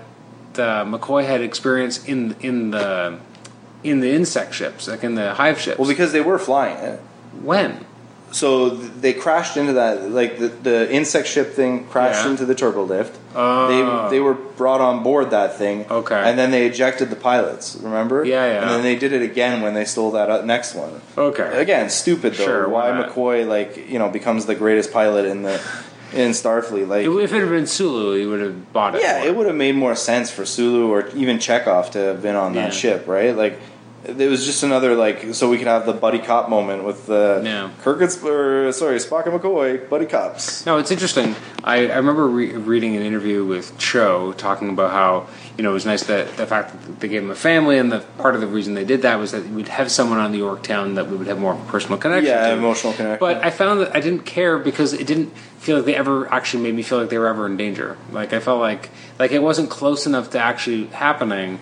Speaker 1: uh, McCoy had experience in in the in the insect ships, like in the hive ships?
Speaker 2: Well, because they were flying it.
Speaker 1: when?
Speaker 2: so th- they crashed into that like the, the insect ship thing crashed
Speaker 1: Yeah.
Speaker 2: into the turbolift.
Speaker 1: Ah.
Speaker 2: They they were brought on board that thing.
Speaker 1: Okay.
Speaker 2: And then they ejected the pilots. Remember?
Speaker 1: Yeah, yeah.
Speaker 2: And then they did it again when they stole that uh, next one.
Speaker 1: Okay.
Speaker 2: Again, stupid though.
Speaker 1: Sure, why
Speaker 2: why
Speaker 1: not?
Speaker 2: McCoy like you know becomes the greatest pilot in the in Starfleet? Like
Speaker 1: If it had been Sulu, he would have bought it.
Speaker 2: yeah,
Speaker 1: more.
Speaker 2: it would have made more sense for Sulu or even Chekhov to have been on that
Speaker 1: Yeah.
Speaker 2: ship, right? Like, it was just another like, so we could have the buddy cop moment with the
Speaker 1: Yeah.
Speaker 2: Kirk and Sp- or, sorry Spock and McCoy buddy cops.
Speaker 1: No, it's interesting. I, I remember re- reading an interview with Cho talking about how you know it was nice that the fact that they gave him a family, and the part of the reason they did that was that we'd have someone on the Yorktown that we would have more of a personal connection.
Speaker 2: Yeah,
Speaker 1: to.
Speaker 2: emotional connection.
Speaker 1: But I found that I didn't care because it didn't feel like they ever actually made me feel like they were ever in danger. Like I felt like like it wasn't close enough to actually happening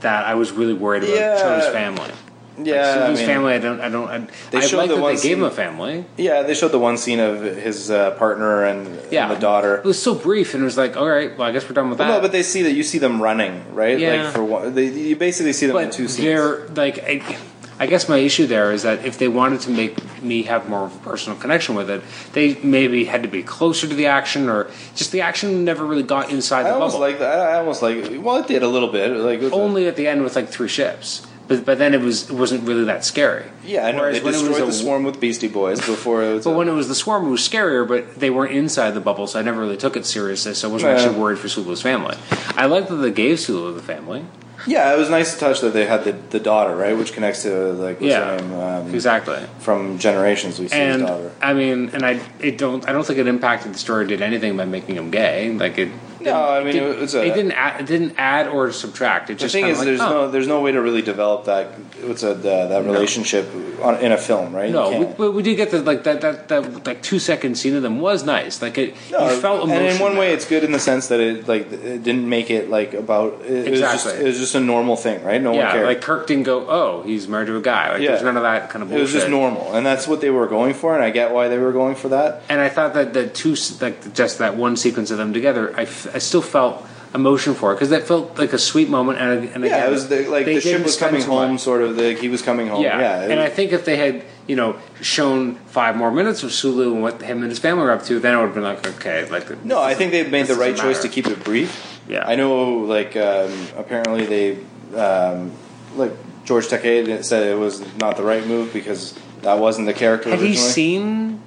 Speaker 1: that I was really worried about
Speaker 2: Yeah.
Speaker 1: Cho's family.
Speaker 2: yeah, I
Speaker 1: Sulu's
Speaker 2: mean,
Speaker 1: family. I don't. I don't. I,
Speaker 2: They
Speaker 1: I
Speaker 2: showed
Speaker 1: like
Speaker 2: the
Speaker 1: that
Speaker 2: one
Speaker 1: they gave him a
Speaker 2: scene-
Speaker 1: family.
Speaker 2: yeah, they showed the one scene of his uh, partner and,
Speaker 1: Yeah,
Speaker 2: and the daughter.
Speaker 1: It was so brief, and it was like, all right, well, I guess we're done with that.
Speaker 2: Well, no, but they see that you see them running, right?
Speaker 1: Yeah.
Speaker 2: Like for one, they, you basically see them in
Speaker 1: but
Speaker 2: two scenes.
Speaker 1: they're like I, I guess my issue there is that if they wanted to make me have more of a personal connection with it they maybe had to be closer to the action or just the action never really got inside
Speaker 2: I
Speaker 1: the
Speaker 2: almost
Speaker 1: bubble
Speaker 2: like that. I almost like. Well, it did a little bit. Like it was a-
Speaker 1: only at the end with like three ships but, but then it was it wasn't really that scary
Speaker 2: yeah, I know
Speaker 1: Whereas
Speaker 2: they
Speaker 1: when it was
Speaker 2: destroyed
Speaker 1: a-
Speaker 2: the swarm with Beastie Boys before it was.
Speaker 1: but when it was the swarm, it was scarier. But they weren't inside the bubble, so I never really took it seriously. So I wasn't
Speaker 2: Yeah.
Speaker 1: actually worried for Sulu's family. I like that they gave Sulu the family.
Speaker 2: Yeah, it was nice to touch that they had the, the daughter, right, which connects to like what's
Speaker 1: Yeah,
Speaker 2: her name um,
Speaker 1: exactly.
Speaker 2: from Generations. We see his
Speaker 1: and
Speaker 2: daughter.
Speaker 1: I mean, and I it don't I don't think it impacted the story did anything by making him gay. Like it.
Speaker 2: No, I mean
Speaker 1: didn't-
Speaker 2: it was a.
Speaker 1: it didn't add, it didn't add or subtract. It
Speaker 2: the
Speaker 1: just
Speaker 2: thing
Speaker 1: kinda
Speaker 2: is,
Speaker 1: like,
Speaker 2: there's
Speaker 1: oh,
Speaker 2: no there's no way to really develop that what's a, the, that relationship on, in a film, right? You
Speaker 1: no. We,
Speaker 2: can't.
Speaker 1: but we did get the like that that that like two second scene of them was nice. Like it,
Speaker 2: No,
Speaker 1: you felt emotion.
Speaker 2: and in one way,
Speaker 1: there.
Speaker 2: it's good in the sense that it like it didn't make it like about it, it was just
Speaker 1: Exactly.
Speaker 2: it was just a normal thing, right? No one
Speaker 1: yeah,
Speaker 2: cared.
Speaker 1: like Kirk didn't go, oh, he's married to a guy. Like there's
Speaker 2: Yeah.
Speaker 1: none of that kind of
Speaker 2: it
Speaker 1: bullshit.
Speaker 2: was just normal, and that's what they were going for, and I get why they were going for that.
Speaker 1: And I thought that the two s- like just that one sequence of them together, I, f- I still felt emotion for it because that felt like a sweet moment. And, and
Speaker 2: Yeah,
Speaker 1: again,
Speaker 2: it was the, like
Speaker 1: they
Speaker 2: the ship
Speaker 1: didn't
Speaker 2: was
Speaker 1: spend
Speaker 2: coming
Speaker 1: too much.
Speaker 2: home, sort of. Like he was coming home.
Speaker 1: Yeah,
Speaker 2: Yeah, it
Speaker 1: and
Speaker 2: was-
Speaker 1: I think if they had, you know, shown five more minutes of Sulu and what him and his family were up to, then it would have been like, okay, like
Speaker 2: No, I think they've made
Speaker 1: this
Speaker 2: the right
Speaker 1: doesn't
Speaker 2: choice
Speaker 1: matter.
Speaker 2: to keep it brief.
Speaker 1: Yeah.
Speaker 2: I know. Like um, apparently they, um, like George Takei said it was not the right move because that wasn't the character.
Speaker 1: Had he
Speaker 2: originally.
Speaker 1: seen?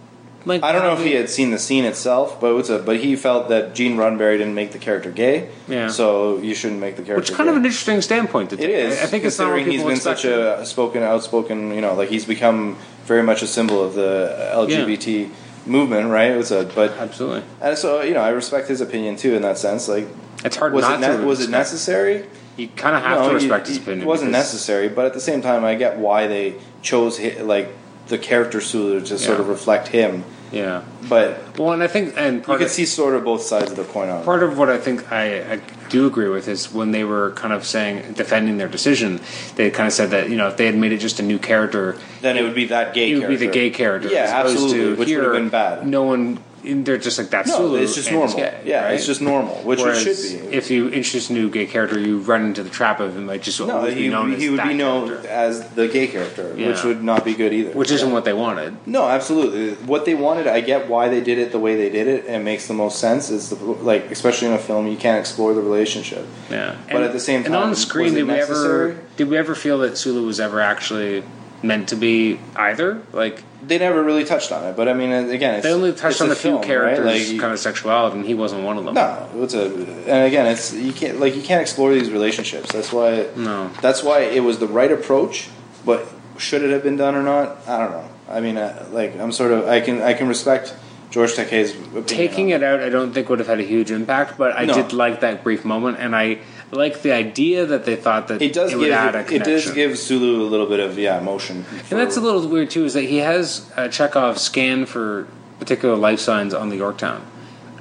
Speaker 1: Like
Speaker 2: I don't know if he
Speaker 1: had.
Speaker 2: had seen the scene itself, but it was a, but he felt that Gene Roddenberry didn't make the character gay.
Speaker 1: Yeah.
Speaker 2: So you shouldn't make the character.
Speaker 1: Which is kind of
Speaker 2: gay.
Speaker 1: an interesting standpoint. To
Speaker 2: It
Speaker 1: take.
Speaker 2: is.
Speaker 1: I think it's not what
Speaker 2: considering
Speaker 1: people
Speaker 2: he's been
Speaker 1: expect.
Speaker 2: such a spoken, outspoken. You know, like he's become very much a symbol of the LGBT movement, right? It was a but
Speaker 1: Absolutely,
Speaker 2: and so, you know, I respect his opinion too in that sense. Like,
Speaker 1: It's hard
Speaker 2: was
Speaker 1: not
Speaker 2: it
Speaker 1: to
Speaker 2: was it
Speaker 1: respect.
Speaker 2: necessary?
Speaker 1: you kind of have
Speaker 2: No,
Speaker 1: to
Speaker 2: you-
Speaker 1: respect his
Speaker 2: you-
Speaker 1: opinion.
Speaker 2: It wasn't
Speaker 1: because-
Speaker 2: necessary, but at the same time, I get why they chose hi like the character Sulu to sort
Speaker 1: Yeah.
Speaker 2: of reflect him.
Speaker 1: Yeah.
Speaker 2: But
Speaker 1: Well, and I think and
Speaker 2: you
Speaker 1: part
Speaker 2: could
Speaker 1: of,
Speaker 2: see sort of both sides of the coin on. it.
Speaker 1: part of what I think I, I do agree with is when they were kind of saying defending their decision, they kind of said that you know if they had made it just a new character,
Speaker 2: Then it would be that gay.
Speaker 1: it would be the
Speaker 2: character.
Speaker 1: gay character.
Speaker 2: Yeah,
Speaker 1: as opposed
Speaker 2: absolutely,
Speaker 1: To
Speaker 2: which
Speaker 1: here,
Speaker 2: would have been bad.
Speaker 1: No one, they're just like that's
Speaker 2: No,
Speaker 1: Sulu.
Speaker 2: it's just
Speaker 1: and
Speaker 2: normal.
Speaker 1: gay,
Speaker 2: yeah,
Speaker 1: right?
Speaker 2: it's just normal, which
Speaker 1: Whereas
Speaker 2: it should be.
Speaker 1: If you introduce a new gay character, you run into the trap of him like just
Speaker 2: no,
Speaker 1: always
Speaker 2: he,
Speaker 1: be known
Speaker 2: he
Speaker 1: as
Speaker 2: would
Speaker 1: that
Speaker 2: be known
Speaker 1: character,
Speaker 2: as the gay character,
Speaker 1: Yeah.
Speaker 2: which would not be good either.
Speaker 1: which isn't what they wanted.
Speaker 2: No, absolutely. What they wanted, I get why they did it the way they did it, and it makes the most sense. Is the like, especially in a film, you can't explore the relationship.
Speaker 1: Yeah,
Speaker 2: But at the same
Speaker 1: and
Speaker 2: time,
Speaker 1: on screen,
Speaker 2: was it
Speaker 1: did we
Speaker 2: necessary?
Speaker 1: ever did we ever feel that Sulu was ever actually meant to be either? Like
Speaker 2: They never really touched on it, but I mean, uh, again, it's,
Speaker 1: they only
Speaker 2: it's
Speaker 1: touched on a few
Speaker 2: film,
Speaker 1: characters'
Speaker 2: Right? Like, you-
Speaker 1: kind of sexuality, and he wasn't one of them.
Speaker 2: no, it's a, and again, it's you can't like you can't explore these relationships. That's why
Speaker 1: No.
Speaker 2: that's why it was the right approach. But should it have been done or not? I don't know. I mean, uh, like I'm sort of I can I can respect George Takei's opinion
Speaker 1: Taking it
Speaker 2: on
Speaker 1: out, I don't think would have had a huge impact, but I
Speaker 2: No.
Speaker 1: did like that brief moment, and I like the idea that they thought that
Speaker 2: It does
Speaker 1: it
Speaker 2: give
Speaker 1: would add a
Speaker 2: it
Speaker 1: connection.
Speaker 2: does give Sulu a little bit of yeah emotion.
Speaker 1: and that's a little weird too, is that he has uh, Chekhov scan for particular life signs on the Yorktown,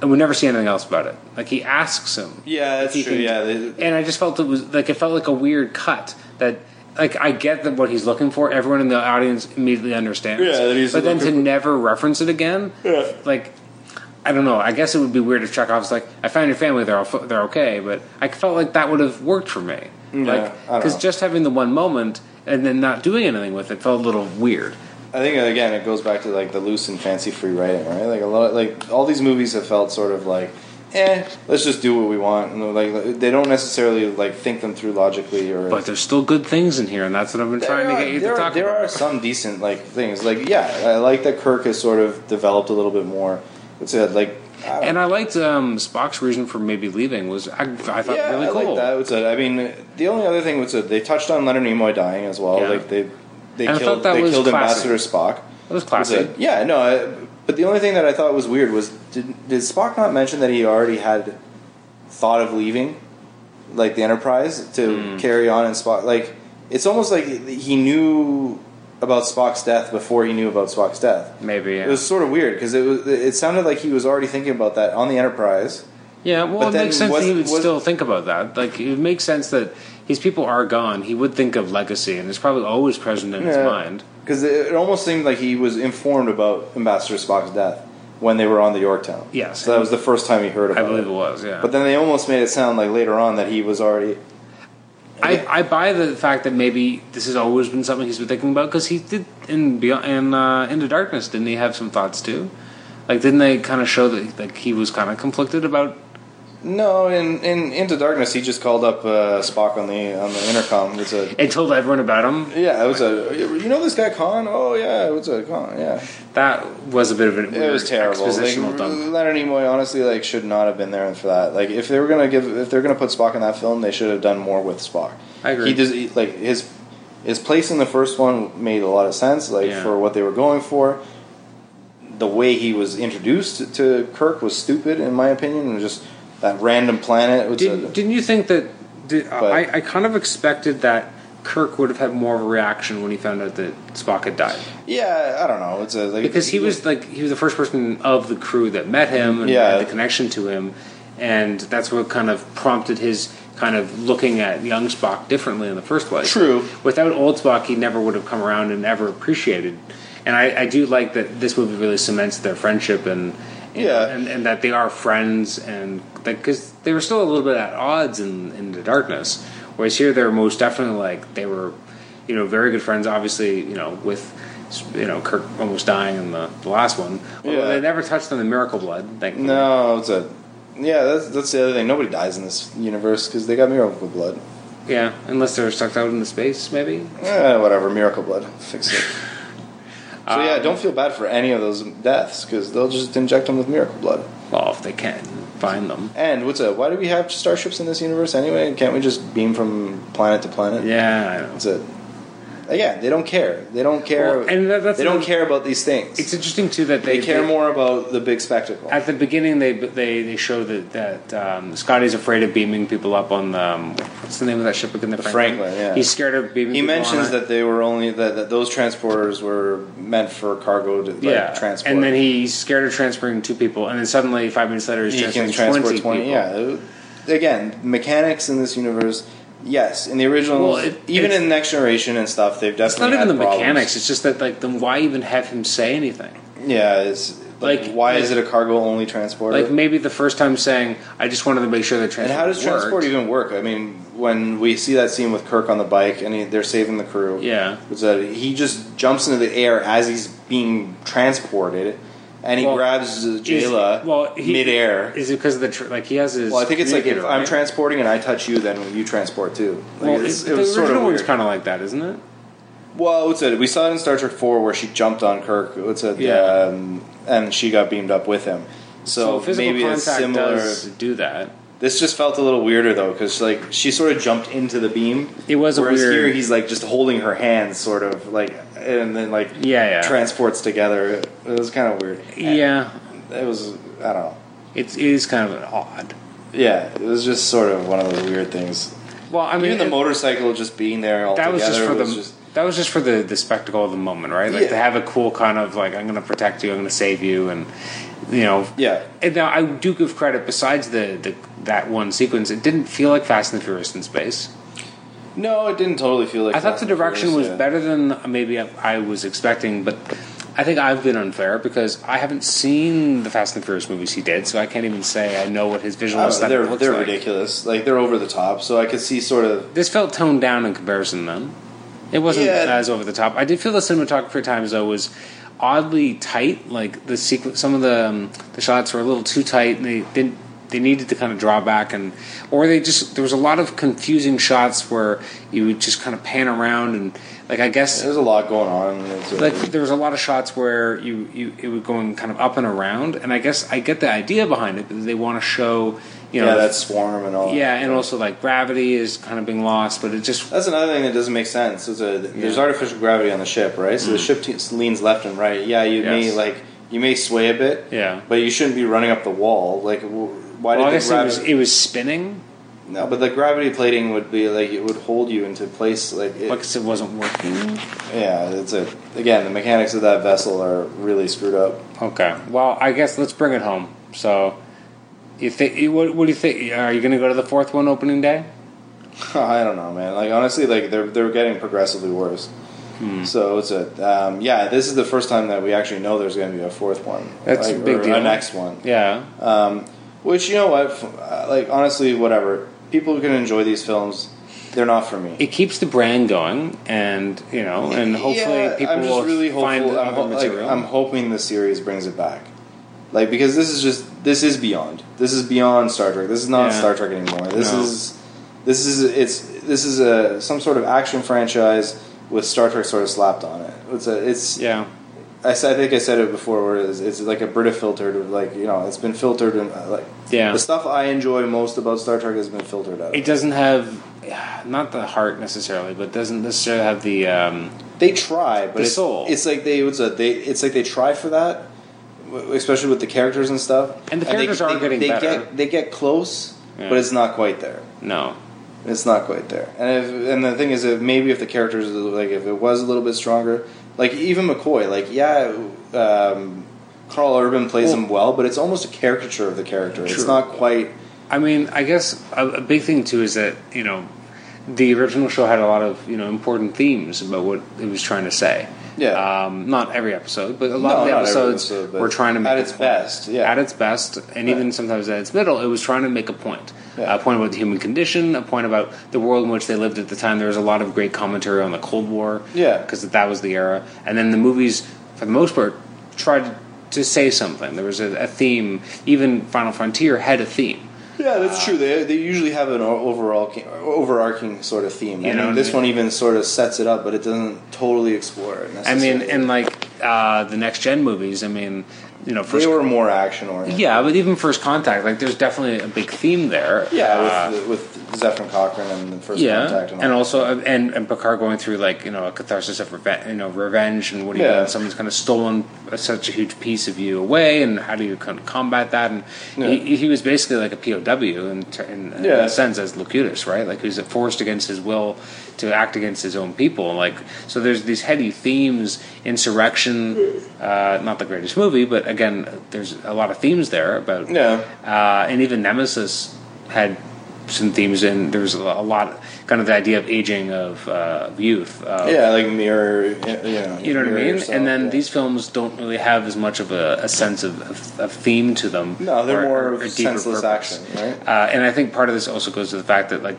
Speaker 1: and we never see anything else about it. Like he asks him,
Speaker 2: yeah, that's
Speaker 1: he
Speaker 2: true.
Speaker 1: can-
Speaker 2: Yeah, they,
Speaker 1: and I just felt it was like it felt like a weird cut that. Like I get that what he's looking for, everyone in the audience immediately understands.
Speaker 2: Yeah, that he's
Speaker 1: but then to
Speaker 2: looking
Speaker 1: never reference it again, like I don't know. I guess it would be weird if Chekhov's like, "I found your family; they're all, f- they're okay." But I felt like that would have worked for me,
Speaker 2: Yeah,
Speaker 1: like
Speaker 2: I don't
Speaker 1: because
Speaker 2: know.
Speaker 1: just having the one moment and then not doing anything with it felt a little weird.
Speaker 2: I think again it goes back to like the loose and fancy free writing, right? Like a lot, like all these movies have felt sort of like, eh, let's just do what we want, and like they don't necessarily like think them through logically or.
Speaker 1: But there's still good things in here, and that's what I've been trying
Speaker 2: There
Speaker 1: to
Speaker 2: are-
Speaker 1: get you
Speaker 2: there
Speaker 1: to
Speaker 2: are-
Speaker 1: talk
Speaker 2: There
Speaker 1: about.
Speaker 2: are some decent like things. Like yeah, I like that Kirk has sort of developed a little bit more. It's a, like. I don't-
Speaker 1: And I liked um, Spock's reason for maybe leaving was I, I thought
Speaker 2: yeah,
Speaker 1: really
Speaker 2: I
Speaker 1: cool.
Speaker 2: like that. It's a, I mean, the only other thing was that they touched on Leonard Nimoy dying as well.
Speaker 1: Yeah.
Speaker 2: Like they, they
Speaker 1: And I thought
Speaker 2: killed,
Speaker 1: that
Speaker 2: they
Speaker 1: was
Speaker 2: killed
Speaker 1: classy.
Speaker 2: Ambassador Spock.
Speaker 1: It was classy.
Speaker 2: It was a- yeah, no. I, but the only thing that I thought was weird was did, did Spock not mention that he already had thought of leaving, like the Enterprise, to
Speaker 1: Hmm.
Speaker 2: carry on in Spock? Like it's almost like he knew about Spock's death before he knew about Spock's death.
Speaker 1: Maybe yeah.
Speaker 2: It was sort of weird because it was. It sounded like he was already thinking about that on the Enterprise.
Speaker 1: yeah, well,
Speaker 2: but
Speaker 1: it
Speaker 2: then
Speaker 1: makes sense
Speaker 2: was-
Speaker 1: that he would
Speaker 2: was-
Speaker 1: still think about that. Like, it makes sense that his people are gone. He would think of legacy, and it's probably always present in his mind.
Speaker 2: Because it, it almost seemed like he was informed about Ambassador Spock's death when they were on the Yorktown.
Speaker 1: Yes.
Speaker 2: So that was the first time he heard about
Speaker 1: I believe it
Speaker 2: it.
Speaker 1: was. Yeah,
Speaker 2: But then they almost made it sound like later on that he was already.
Speaker 1: I, I buy the fact that maybe this has always been something he's been thinking about because he did in Beyond in uh, Into Darkness didn't he have some thoughts too? Like didn't they kind of show that like he was kind of conflicted about?
Speaker 2: No, in, in Into Darkness, he just called up uh, Spock on the on the intercom. It's a
Speaker 1: It told everyone about him.
Speaker 2: yeah, it was a you know this guy Khan. Oh yeah, it's a Khan. Yeah,
Speaker 1: That was a bit of a
Speaker 2: it was terrible. Like,
Speaker 1: expositional dump.
Speaker 2: Leonard Nimoy honestly like should not have been there for that. Like if they were gonna give if they're gonna put Spock in that film, they should have done more with Spock.
Speaker 1: I agree.
Speaker 2: He does he- like his his place in the first one made a lot of sense. Like
Speaker 1: Yeah.
Speaker 2: for what they were going for. The way he was introduced to Kirk was stupid, in my opinion, and just that random planet. Was
Speaker 1: Didn't,
Speaker 2: a,
Speaker 1: didn't you think that? Did,
Speaker 2: But-
Speaker 1: I, I kind of expected that Kirk would have had more of a reaction when he found out that Spock had died
Speaker 2: yeah, I don't know. It's a like,
Speaker 1: because he was like he was the first person of the crew that met him and
Speaker 2: Yeah.
Speaker 1: had the connection to him, and that's what kind of prompted his kind of looking at young Spock differently in the first place.
Speaker 2: True.
Speaker 1: Without old Spock, he never would have come around and ever appreciated. And I, I do like that this movie really cements their friendship and. and-
Speaker 2: Yeah.
Speaker 1: and, and that they are friends, and because they were still a little bit at odds in in the darkness, whereas here they're most definitely like they were, you know, very good friends. Obviously, you know, with you know Kirk almost dying in the, the last one, although
Speaker 2: Yeah.
Speaker 1: they never touched on the miracle blood. Thankfully.
Speaker 2: no. It's a yeah. That's that's the other thing. Nobody dies in this universe because they got miracle blood.
Speaker 1: yeah, unless they're sucked out into space, maybe.
Speaker 2: Eh, whatever, miracle blood, fix it. so
Speaker 1: Um,
Speaker 2: yeah, don't feel bad for any of those deaths because they'll just inject them with miracle blood.
Speaker 1: Well, if they can find them.
Speaker 2: And what's up? Why do we have starships in this universe anyway? Can't we just beam from planet to planet?
Speaker 1: Yeah, I know.
Speaker 2: that's it. Uh, Yeah, they don't care. They don't care.
Speaker 1: Well, and that- that's
Speaker 2: they don't
Speaker 1: the-
Speaker 2: care about these things.
Speaker 1: It's interesting too that they,
Speaker 2: they care
Speaker 1: they-
Speaker 2: more about the big spectacle.
Speaker 1: At the beginning, they they, they show that that um, Scotty's afraid of beaming people up on the um, what's the name of that ship again? The
Speaker 2: Franklin, yeah.
Speaker 1: He's scared of beaming.
Speaker 2: He
Speaker 1: people
Speaker 2: mentions
Speaker 1: on it.
Speaker 2: that they were only that, that those transporters were meant for cargo to, like,
Speaker 1: yeah,
Speaker 2: transport.
Speaker 1: and then he's scared of transferring two people, and then suddenly five minutes later he's
Speaker 2: you
Speaker 1: transferring
Speaker 2: can
Speaker 1: 20,
Speaker 2: transport 20,
Speaker 1: people.
Speaker 2: yeah again mechanics in this universe yes in the original
Speaker 1: Well, it-
Speaker 2: even
Speaker 1: it's-
Speaker 2: in next generation and stuff they've
Speaker 1: It's not
Speaker 2: definitely
Speaker 1: even the
Speaker 2: had problems.
Speaker 1: mechanics. It's just that like then why even have him say anything?
Speaker 2: yeah it's like,
Speaker 1: Like-
Speaker 2: why
Speaker 1: like-
Speaker 2: is it a cargo only transporter
Speaker 1: Like maybe the first time saying I just wanted to make sure that
Speaker 2: and
Speaker 1: transport.
Speaker 2: how does
Speaker 1: worked."
Speaker 2: transport even work i mean when we see that scene with kirk on the bike and he, they're saving the crew
Speaker 1: Yeah.
Speaker 2: it's that he just jumps into the air as he's being transported and he
Speaker 1: Well,
Speaker 2: grabs uh, Jayla
Speaker 1: Is- well, he,
Speaker 2: midair.
Speaker 1: Is it because of the tr- like he has his?
Speaker 2: well, I think it's like if
Speaker 1: communicator,
Speaker 2: I'm
Speaker 1: right?
Speaker 2: transporting and I touch you, then you transport too. Like,
Speaker 1: Well,
Speaker 2: it's-
Speaker 1: it, the original one's
Speaker 2: weird.
Speaker 1: kind of like that, isn't it?
Speaker 2: Well, what's it? We saw it in Star Trek Four where she jumped on Kirk. What's it?
Speaker 1: Yeah.
Speaker 2: Um, and she got beamed up with him. So,
Speaker 1: physical
Speaker 2: maybe a
Speaker 1: contact
Speaker 2: similar.
Speaker 1: does do that.
Speaker 2: This just felt a little weirder though, because like she sort of jumped into the beam.
Speaker 1: It was a
Speaker 2: whereas
Speaker 1: weird-
Speaker 2: here he's like just holding her hands, sort of like, and then like
Speaker 1: Yeah, yeah.
Speaker 2: transports together. It was kind of weird.
Speaker 1: Yeah,
Speaker 2: it was. I don't know.
Speaker 1: it's, it is kind of odd.
Speaker 2: Yeah, it was just sort of one of those weird things.
Speaker 1: Well, I mean,
Speaker 2: Even the
Speaker 1: it-
Speaker 2: motorcycle just being there all
Speaker 1: that was just for the
Speaker 2: just,
Speaker 1: that was just for the the spectacle of the moment, right? Like
Speaker 2: Yeah.
Speaker 1: to have a cool kind of like I'm going to protect you, I'm going to save you, and you know,
Speaker 2: yeah.
Speaker 1: And now I do give credit. Besides the, the that one sequence, it didn't feel like Fast and the Furious in space.
Speaker 2: No, it didn't totally feel like.
Speaker 1: I thought
Speaker 2: Fast
Speaker 1: the
Speaker 2: and Furious,
Speaker 1: direction was
Speaker 2: yeah.
Speaker 1: better than maybe I, I was expecting, but I think I've been unfair because I haven't seen the Fast and the Furious movies he did, so I can't even say I know what his visual
Speaker 2: Uh,
Speaker 1: aesthetic
Speaker 2: they're
Speaker 1: looks
Speaker 2: they're
Speaker 1: like.
Speaker 2: ridiculous. Like they're over the top. So I could see sort of
Speaker 1: This felt toned down in comparison, then. It wasn't
Speaker 2: Yeah.
Speaker 1: as over the top. I did feel the cinematography at times though was oddly tight. Like the sequ- some of the um, the shots were a little too tight, and they didn't. They needed to kind of draw back, and or they just there was a lot of confusing shots where you would just kind of pan around and like I guess
Speaker 2: There's a lot going on. It's a-
Speaker 1: like there was a lot of shots where you, you it was going kind of up and around, and I guess I get the idea behind it. But they want to show you know
Speaker 2: yeah, that swarm and all. that.
Speaker 1: yeah, and also like gravity is kind of being lost, but it just
Speaker 2: That's another thing that doesn't make sense. Is a, there's
Speaker 1: Yeah. Mm.
Speaker 2: artificial gravity on the ship, right? So the ship te- leans left and right. Yeah, you may
Speaker 1: Yes.
Speaker 2: like you may sway a bit.
Speaker 1: Yeah.
Speaker 2: but you shouldn't be running up the wall. Like, w- why
Speaker 1: well, I
Speaker 2: did the
Speaker 1: guess it was
Speaker 2: gravity?
Speaker 1: it was spinning.
Speaker 2: No, but the gravity plating would be like it would hold you into place. Like, it,
Speaker 1: Well, I guess it wasn't working.
Speaker 2: yeah, it's a again the mechanics of that vessel are really screwed up.
Speaker 1: Okay. Well, I guess let's bring it home. So, you think? you- What, what do you think? Are you going to go to the fourth one opening day?
Speaker 2: I don't know, man. Like honestly, like they're they're getting progressively worse.
Speaker 1: Hmm.
Speaker 2: So it's a um, yeah. This is the first time that we actually know there's going to be a fourth one.
Speaker 1: That's a
Speaker 2: like,
Speaker 1: big
Speaker 2: or
Speaker 1: deal.
Speaker 2: A next one.
Speaker 1: Yeah.
Speaker 2: Um, which you know what, f- uh, like honestly, whatever. People who can enjoy these films, they're not for me.
Speaker 1: It keeps the brand going, and you know, and hopefully
Speaker 2: Yeah,
Speaker 1: people
Speaker 2: I'm just
Speaker 1: will
Speaker 2: really hopeful.
Speaker 1: find
Speaker 2: I'm,
Speaker 1: other
Speaker 2: ho- like,
Speaker 1: material.
Speaker 2: I'm hoping the series brings it back, like because this is just this is beyond. This is beyond Star Trek. This is not
Speaker 1: Yeah.
Speaker 2: Star Trek anymore. This
Speaker 1: No.
Speaker 2: is this is it's this is a some sort of action franchise with Star Trek sort of slapped on it. It's a it's
Speaker 1: yeah.
Speaker 2: I, s- I think I said it before, where it's, it's like a Brita filtered, like you know, it's been filtered and uh, like
Speaker 1: Yeah.
Speaker 2: the stuff I enjoy most about Star Trek has been filtered out.
Speaker 1: It doesn't have not the heart necessarily, but doesn't necessarily have the. Um,
Speaker 2: they try, but
Speaker 1: The
Speaker 2: it's,
Speaker 1: soul.
Speaker 2: it's like they it's, a, they it's like they try for that, w- especially with the characters and stuff.
Speaker 1: And the
Speaker 2: they-
Speaker 1: characters are
Speaker 2: they,
Speaker 1: getting
Speaker 2: they
Speaker 1: better.
Speaker 2: Get, they get close,
Speaker 1: Yeah.
Speaker 2: but it's not quite there.
Speaker 1: no.
Speaker 2: It's not quite there. And if, and the thing is, that maybe if the characters like if it was a little bit stronger, like even McCoy, like yeah, um, Carl Urban plays
Speaker 1: Well-
Speaker 2: him well, but it's almost a caricature of the character. It's
Speaker 1: True.
Speaker 2: not quite.
Speaker 1: I mean, I guess a, a big thing too is that you know, the original show had a lot of you know important themes about what it was trying to say.
Speaker 2: Yeah.
Speaker 1: Um, not every episode, but a lot
Speaker 2: No,
Speaker 1: of the
Speaker 2: not every
Speaker 1: episodes
Speaker 2: episode, but
Speaker 1: were trying to make
Speaker 2: at
Speaker 1: a
Speaker 2: its
Speaker 1: point.
Speaker 2: best, yeah.
Speaker 1: At its best, and even sometimes at its middle, it was trying to make a point.
Speaker 2: Yeah.
Speaker 1: A point about the human condition, a point about the world in which they lived at the time. There was a lot of great commentary on the Cold War.
Speaker 2: Yeah.
Speaker 1: Because that was the era. And then the movies, for the most part, tried to say something. There was a, a theme. Even Final Frontier had a theme.
Speaker 2: Yeah, that's true. They, they usually have an o- overall overarching sort of theme.
Speaker 1: You
Speaker 2: I
Speaker 1: know
Speaker 2: mean,
Speaker 1: what I
Speaker 2: this
Speaker 1: mean?
Speaker 2: one even sort of sets it up, but it doesn't totally explore it.
Speaker 1: I mean,
Speaker 2: Necessarily.
Speaker 1: and like uh, the next gen movies. I mean, you know,
Speaker 2: they
Speaker 1: first
Speaker 2: were more action oriented.
Speaker 1: yeah, but even first contact, like there's definitely a big theme there.
Speaker 2: yeah,
Speaker 1: Uh,
Speaker 2: with with Zephyr Cochrane and the first
Speaker 1: yeah,
Speaker 2: contact, and, all
Speaker 1: and
Speaker 2: that.
Speaker 1: also uh, and and Picard going through like you know a catharsis of revenge, you know, revenge, and what do you
Speaker 2: Yeah.
Speaker 1: when someone's kind of stolen such a huge piece of you away, and how do you kind of combat that? And he, he was basically like a POW in, ter- in, in
Speaker 2: Yeah.
Speaker 1: a sense as Locutus, right? Like who's forced against his will to act against his own people. Like so, there's these heady themes: insurrection. Uh, not the greatest movie, but again, there's a lot of themes there about
Speaker 2: Yeah.
Speaker 1: uh, and even Nemesis had some themes in. There was a lo- a lot, kind of the idea of aging, of uh, youth. Uh,
Speaker 2: yeah, like mirror, you know,
Speaker 1: You know what I
Speaker 2: mirror
Speaker 1: mean?
Speaker 2: yourself,
Speaker 1: and then
Speaker 2: yeah.
Speaker 1: these films don't really have as much of a, a sense of, of, of theme to them.
Speaker 2: No, they're
Speaker 1: or-
Speaker 2: more
Speaker 1: or
Speaker 2: of
Speaker 1: a deeper
Speaker 2: senseless
Speaker 1: purpose.
Speaker 2: action, right?
Speaker 1: Uh, and I think part of this also goes to the fact that like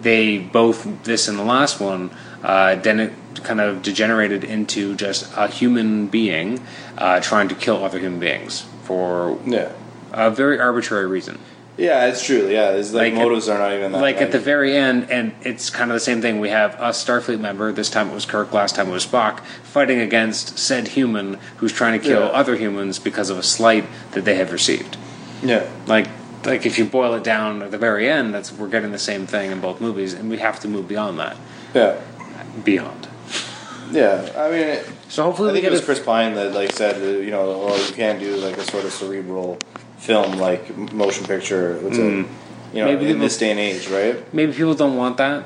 Speaker 1: they both this and the last one, uh, then it kind of degenerated into just a human being uh, trying to kill other human beings for
Speaker 2: Yeah,
Speaker 1: a very arbitrary reason.
Speaker 2: yeah, it's true. Yeah, it's like,
Speaker 1: Like,
Speaker 2: motives are not even that.
Speaker 1: like at the very end, and it's kind of the same thing. We have a Starfleet member. This time it was Kirk. Last time it was Spock fighting against said human who's trying to kill
Speaker 2: Yeah.
Speaker 1: other humans because of a slight that they have received.
Speaker 2: yeah,
Speaker 1: Like, like if you boil it down at the very end, that's we're getting the same thing in both movies, and we have to move beyond that.
Speaker 2: yeah,
Speaker 1: Beyond.
Speaker 2: yeah. I mean, it,
Speaker 1: So hopefully
Speaker 2: I
Speaker 1: we
Speaker 2: think it
Speaker 1: get
Speaker 2: was
Speaker 1: a,
Speaker 2: Chris Pine that like said, uh, you know, well, you can't do like a sort of cerebral film like m- motion picture. It's a, you know,
Speaker 1: Maybe
Speaker 2: in
Speaker 1: people-
Speaker 2: this day and age, right?
Speaker 1: maybe people don't want that.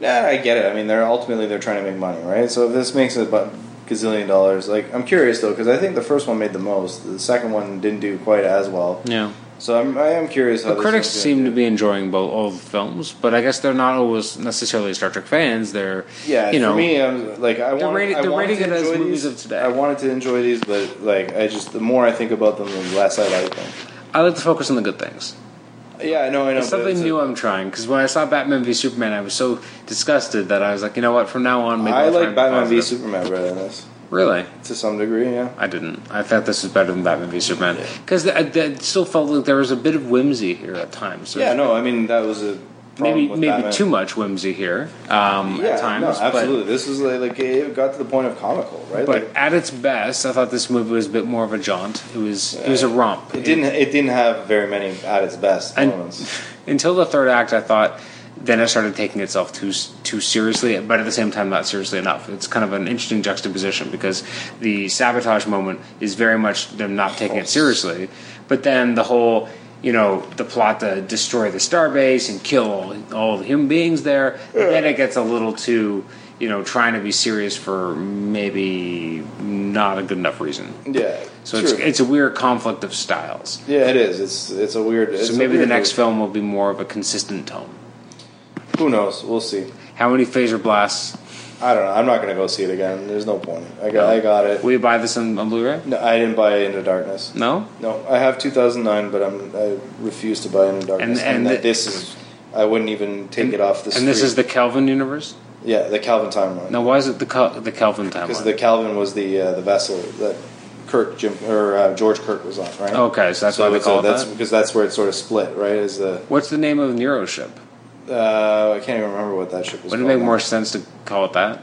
Speaker 2: Nah, I get it. I mean, they're ultimately they're trying to make money, right? So if this makes a bu- gazillion dollars, like I'm curious though, because I think the first one made the most. The second one didn't do quite as well.
Speaker 1: Yeah.
Speaker 2: So I'm, I am curious. How
Speaker 1: The
Speaker 2: this
Speaker 1: critics
Speaker 2: one's gonna
Speaker 1: seem to
Speaker 2: do.
Speaker 1: be enjoying both all the films, but I guess they're not always necessarily Star Trek fans. They're
Speaker 2: Yeah,
Speaker 1: you know
Speaker 2: for me, I'm like I want.
Speaker 1: rating-
Speaker 2: I
Speaker 1: they're
Speaker 2: wanted
Speaker 1: rating
Speaker 2: to
Speaker 1: it as
Speaker 2: enjoy
Speaker 1: movies
Speaker 2: these.
Speaker 1: of today.
Speaker 2: I wanted to enjoy these, but like I just the more I think about them, the less I like them.
Speaker 1: I like to focus on the good things.
Speaker 2: Yeah, I know, I know.
Speaker 1: It's
Speaker 2: but
Speaker 1: something
Speaker 2: a-
Speaker 1: new I'm trying because when I saw Batman v Superman, I was so disgusted that I was like, you know what? From now on, maybe
Speaker 2: I
Speaker 1: I'll try
Speaker 2: like
Speaker 1: and
Speaker 2: Batman v
Speaker 1: positive.
Speaker 2: Superman better than this
Speaker 1: Really,
Speaker 2: to some degree. Yeah,
Speaker 1: I didn't. I thought this was better than Batman v Superman because it still felt like there was a bit of whimsy here at times. There's
Speaker 2: yeah. No, I mean that was a problem
Speaker 1: maybe
Speaker 2: with
Speaker 1: maybe
Speaker 2: Batman.
Speaker 1: too much whimsy here um,
Speaker 2: Yeah,
Speaker 1: at times.
Speaker 2: no,
Speaker 1: but-
Speaker 2: absolutely. this was like, like it got to the point of comical, right?
Speaker 1: But,
Speaker 2: Like,
Speaker 1: at its best, I thought this movie was a bit more of a jaunt. It was it was a romp.
Speaker 2: it didn't. It didn't have very many at its best
Speaker 1: And-
Speaker 2: moments.
Speaker 1: until the third act. I thought then it started taking itself too too seriously, but at the same time not seriously enough. It's kind of an interesting juxtaposition because the sabotage moment is very much them not taking it seriously, but then the whole. You know the plot to destroy the starbase and kill all, all the human beings there. Then it gets a little too, you know, trying to be serious for maybe not a good enough reason.
Speaker 2: Yeah.
Speaker 1: So
Speaker 2: true.
Speaker 1: it's, it's a weird conflict of styles.
Speaker 2: yeah, it is. It's it's a weird. it's
Speaker 1: So
Speaker 2: a
Speaker 1: maybe the
Speaker 2: weird
Speaker 1: next
Speaker 2: movie.
Speaker 1: film will be more of a consistent tone.
Speaker 2: Who knows? We'll see.
Speaker 1: How many phaser blasts?
Speaker 2: I don't know. I'm not gonna go see it again. There's no point. I got. I got it.
Speaker 1: Will you buy this on on Blu-ray?
Speaker 2: No, I didn't buy Into Darkness.
Speaker 1: No.
Speaker 2: No, I have 2009, but I'm, I refuse to buy Into Darkness.
Speaker 1: And-
Speaker 2: And,
Speaker 1: and
Speaker 2: that
Speaker 1: the-
Speaker 2: this is, I wouldn't even take it off the.
Speaker 1: And this
Speaker 2: street.
Speaker 1: is the Kelvin universe.
Speaker 2: yeah, the Calvin timeline.
Speaker 1: Now, why is it the Cal- the Kelvin
Speaker 2: because
Speaker 1: timeline?
Speaker 2: the Calvin was the uh, the vessel that Kirk Jim or uh, George Kirk was on, right?
Speaker 1: okay, so that's
Speaker 2: So
Speaker 1: Oh, why they
Speaker 2: it's a-
Speaker 1: call it
Speaker 2: that's
Speaker 1: that.
Speaker 2: because that's where it sort of split, right? Is the
Speaker 1: What's the name of Nero's ship?
Speaker 2: uh, I can't even remember what that ship was.
Speaker 1: Wouldn't it
Speaker 2: called
Speaker 1: make more sense to call it that?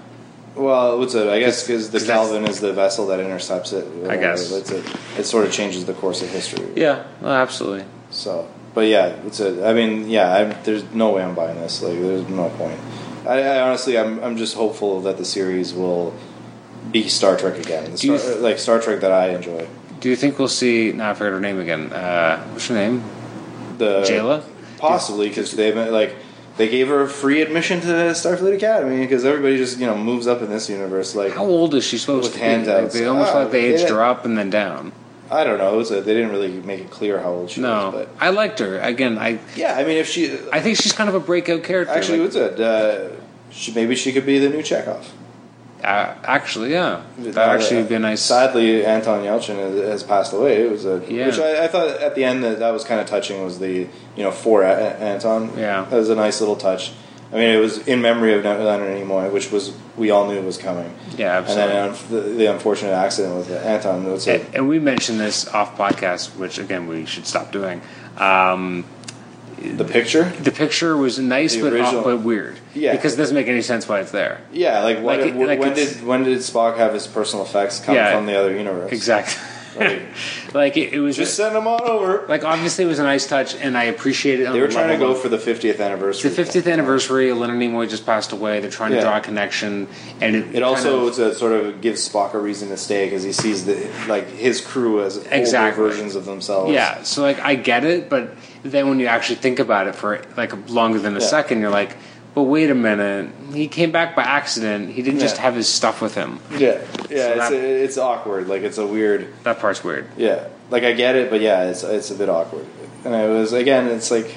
Speaker 2: Well, what's it? I guess because the
Speaker 1: 'cause that's-
Speaker 2: Calvin is the vessel that intercepts it.
Speaker 1: I guess.
Speaker 2: That's it. It sort of changes the course of history.
Speaker 1: Yeah, well, absolutely.
Speaker 2: So, but yeah, it's a. I mean, yeah, I, there's no way I'm buying this. Like, there's no point. I, I honestly, I'm, I'm just hopeful that the series will be Star Trek again. The
Speaker 1: Do you
Speaker 2: Star,
Speaker 1: th-
Speaker 2: like Star Trek that I enjoy.
Speaker 1: Do you think we'll see? Now I forgot her name again. Uh, what's her name?
Speaker 2: The
Speaker 1: Jayla.
Speaker 2: possibly because they've been, like they gave her free admission to Starfleet Academy because everybody just you know moves up in this universe. Like
Speaker 1: How old is she supposed
Speaker 2: With
Speaker 1: to be? Like,
Speaker 2: handouts.
Speaker 1: they almost
Speaker 2: Ah,
Speaker 1: like they aged
Speaker 2: yeah.
Speaker 1: her up and then down.
Speaker 2: I don't know, it was a, they didn't really make it clear how old she
Speaker 1: No,
Speaker 2: was.
Speaker 1: I liked her. Again, I
Speaker 2: But yeah, I mean, if she
Speaker 1: I think she's kind of a breakout character.
Speaker 2: actually,
Speaker 1: like-
Speaker 2: what's it? Uh, she, maybe she could be the new Chekhov.
Speaker 1: Uh, actually, yeah, that
Speaker 2: Now
Speaker 1: actually would be a nice.
Speaker 2: Sadly, Anton Yelchin has, has passed away. It was a
Speaker 1: Yeah.
Speaker 2: which I, I thought at the end that that was kind of touching. Was the you know for a- A- Anton?
Speaker 1: Yeah.
Speaker 2: that was a nice little touch. I mean, it was in memory of Leonard Nimoy, which was we all knew was coming.
Speaker 1: Yeah, absolutely.
Speaker 2: And then um, the, the unfortunate accident with Anton. It was a-
Speaker 1: and, and we mentioned this off podcast, which again we should stop doing. Um,
Speaker 2: the picture.
Speaker 1: the picture was nice,
Speaker 2: The
Speaker 1: but
Speaker 2: original-
Speaker 1: off, but weird.
Speaker 2: Yeah.
Speaker 1: because it doesn't make any sense why it's there.
Speaker 2: Yeah, like,
Speaker 1: Like
Speaker 2: what,
Speaker 1: it- like
Speaker 2: when
Speaker 1: it's-
Speaker 2: did when did Spock have his personal effects come
Speaker 1: Yeah.
Speaker 2: from the other universe?
Speaker 1: Exactly.
Speaker 2: Like,
Speaker 1: like it, it was
Speaker 2: just send them on over.
Speaker 1: like obviously it was a nice touch, and I appreciate it. on
Speaker 2: They were
Speaker 1: the
Speaker 2: trying to
Speaker 1: level
Speaker 2: go
Speaker 1: of-
Speaker 2: for the 50th anniversary.
Speaker 1: the 50th anniversary. Leonard Nimoy just passed away. They're trying to
Speaker 2: Yeah.
Speaker 1: draw a connection, and it,
Speaker 2: It
Speaker 1: kind
Speaker 2: also
Speaker 1: of-
Speaker 2: to sort of gives Spock a reason to stay because he sees the like his crew as older
Speaker 1: Exactly.
Speaker 2: versions of themselves.
Speaker 1: Yeah, so like I get it, but then when you actually think about it for like longer than a
Speaker 2: Yeah.
Speaker 1: second, you're like, but wait a minute, he came back by accident. He didn't just
Speaker 2: Yeah.
Speaker 1: have his stuff with him.
Speaker 2: yeah, yeah. it's
Speaker 1: that-
Speaker 2: it's awkward. Like it's a weird.
Speaker 1: That part's weird.
Speaker 2: Yeah, like I get it, but yeah, it's it's a bit awkward. And I was again, it's like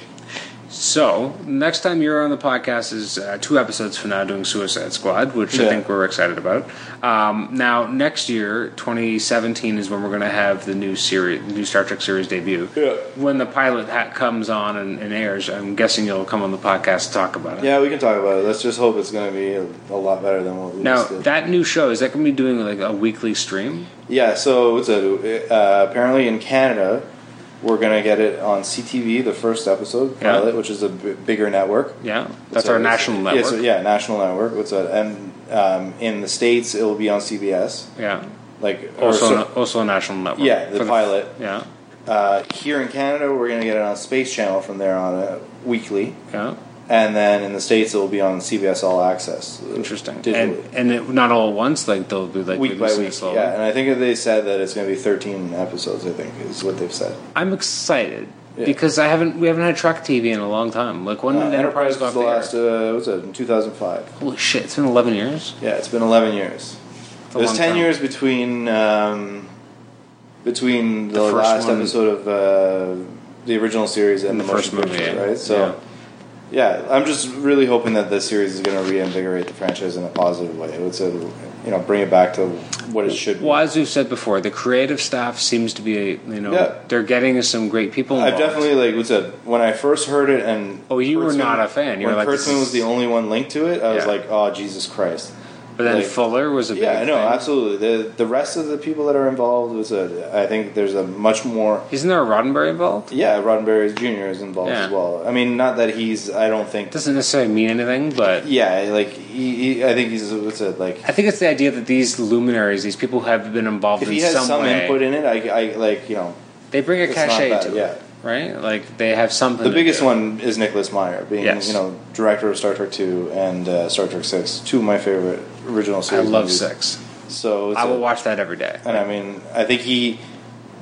Speaker 1: So next time you're on the podcast is uh, two episodes from now doing Suicide Squad, which I
Speaker 2: Yeah.
Speaker 1: think we're excited about. Um, now next year, 2017 is when we're going to have the new series, new Star Trek series debut.
Speaker 2: Yeah.
Speaker 1: When the pilot hat comes on and, and airs, I'm guessing you'll come on the podcast to talk about it.
Speaker 2: yeah, we can talk about it. Let's just hope it's going to be a, a lot better than what we
Speaker 1: Now
Speaker 2: just did.
Speaker 1: that new show is that going to be doing like a weekly stream?
Speaker 2: yeah, so it's a uh, apparently in Canada. We're gonna get it on CTV, the first episode
Speaker 1: Yeah.
Speaker 2: pilot, which is a b- bigger network.
Speaker 1: Yeah, that's
Speaker 2: So
Speaker 1: our
Speaker 2: it's-
Speaker 1: national
Speaker 2: Yeah,
Speaker 1: network.
Speaker 2: so- yeah, national network. What's that? And um, in the states, it will be on CBS.
Speaker 1: yeah.
Speaker 2: Like or
Speaker 1: also
Speaker 2: so-
Speaker 1: also a national network.
Speaker 2: yeah, the
Speaker 1: For
Speaker 2: pilot.
Speaker 1: yeah,
Speaker 2: uh, here in Canada, we're gonna get it on Space Channel from there on uh, weekly,
Speaker 1: yeah,
Speaker 2: and then in the states, it will be on CBS All Access. uh,
Speaker 1: interesting. And
Speaker 2: digitally.
Speaker 1: and it, not all at once. Like they'll be like
Speaker 2: Week by
Speaker 1: releasing it
Speaker 2: week,
Speaker 1: slowly.
Speaker 2: yeah, and I think they said that it's going to be 13 episodes. I think is what they've said.
Speaker 1: I'm excited
Speaker 2: Yeah.
Speaker 1: because I haven't we haven't had track TV in a long time. Like when
Speaker 2: Uh,
Speaker 1: did Enterprise go
Speaker 2: was
Speaker 1: off
Speaker 2: the
Speaker 1: the air?
Speaker 2: last. Uh, what's it? In 2005.
Speaker 1: Holy shit! It's been 11 years.
Speaker 2: Yeah, it's been 11 years.
Speaker 1: It's a
Speaker 2: There's
Speaker 1: long
Speaker 2: 10
Speaker 1: time.
Speaker 2: years between um, between the,
Speaker 1: The first
Speaker 2: last
Speaker 1: one-
Speaker 2: episode of uh, the original series and,
Speaker 1: In the
Speaker 2: motion
Speaker 1: first movie,
Speaker 2: picture,
Speaker 1: yeah.
Speaker 2: right? So yeah, I'm just really hoping that this series is going to reinvigorate the franchise in a positive way. It's a, you know, bring it back to what it should. be.
Speaker 1: Well, as we've said before, the creative staff seems to be, you know,
Speaker 2: Yeah.
Speaker 1: they're getting some great people.
Speaker 2: I've
Speaker 1: Involved.
Speaker 2: definitely like what's it when I first heard it and
Speaker 1: Oh, you were not a fan. You
Speaker 2: when
Speaker 1: were like, this
Speaker 2: Kurtzman
Speaker 1: is-
Speaker 2: was the only one linked to it, I was
Speaker 1: Yeah.
Speaker 2: like, oh Jesus Christ.
Speaker 1: but then
Speaker 2: like-
Speaker 1: Fuller was a big
Speaker 2: Yeah, I know
Speaker 1: thing.
Speaker 2: absolutely. The the rest of the people that are involved was a. I think there's a much more.
Speaker 1: Isn't there a Roddenberry involved?
Speaker 2: Yeah, Roddenberry Jr. is involved
Speaker 1: Yeah.
Speaker 2: as well. I mean, not that he's. I don't think.
Speaker 1: Doesn't necessarily mean anything, but
Speaker 2: Yeah, like he, he I think he's. What's it like?
Speaker 1: I think it's the idea that these luminaries, these people who have been involved
Speaker 2: If
Speaker 1: in
Speaker 2: he has
Speaker 1: some,
Speaker 2: some,
Speaker 1: way,
Speaker 2: input in it, I, I like you know
Speaker 1: they bring a
Speaker 2: it's not
Speaker 1: cachet
Speaker 2: bad,
Speaker 1: to
Speaker 2: yeah.
Speaker 1: it, right? Like they have something.
Speaker 2: The
Speaker 1: to
Speaker 2: biggest
Speaker 1: do.
Speaker 2: one is Nicholas Meyer, being
Speaker 1: Yes.
Speaker 2: you know director of Star Trek Two and uh, Star Trek Six, two of my favorite original
Speaker 1: I
Speaker 2: series.
Speaker 1: love
Speaker 2: movies.
Speaker 1: Six.
Speaker 2: So it's
Speaker 1: I will
Speaker 2: a-
Speaker 1: watch that every day.
Speaker 2: and I mean, I think he.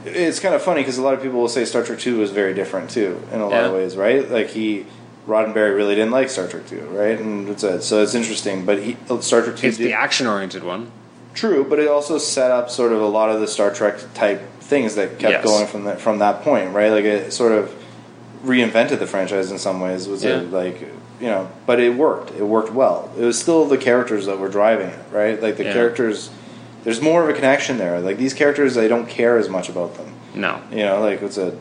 Speaker 2: It's kind of funny because a lot of people will say Star Trek Two was very different too in a lot of
Speaker 1: Yeah.
Speaker 2: ways, right? Like he. Roddenberry really didn't like Star Trek Two, right? And it's a, so it's interesting, but he, Star Trek Two
Speaker 1: It's
Speaker 2: did-
Speaker 1: the action-oriented one.
Speaker 2: True, but it also set up sort of a lot of the Star Trek type things that
Speaker 1: Yes.
Speaker 2: kept going from that from that point, right? Like it sort of reinvented the franchise in some ways. Was
Speaker 1: Yeah.
Speaker 2: it like you know, but it worked. It worked well. It was still the characters that were driving it, right? Like the
Speaker 1: Yeah.
Speaker 2: characters. There's more of a connection there. Like these characters, I don't care as much about them.
Speaker 1: No,
Speaker 2: You know, like it's a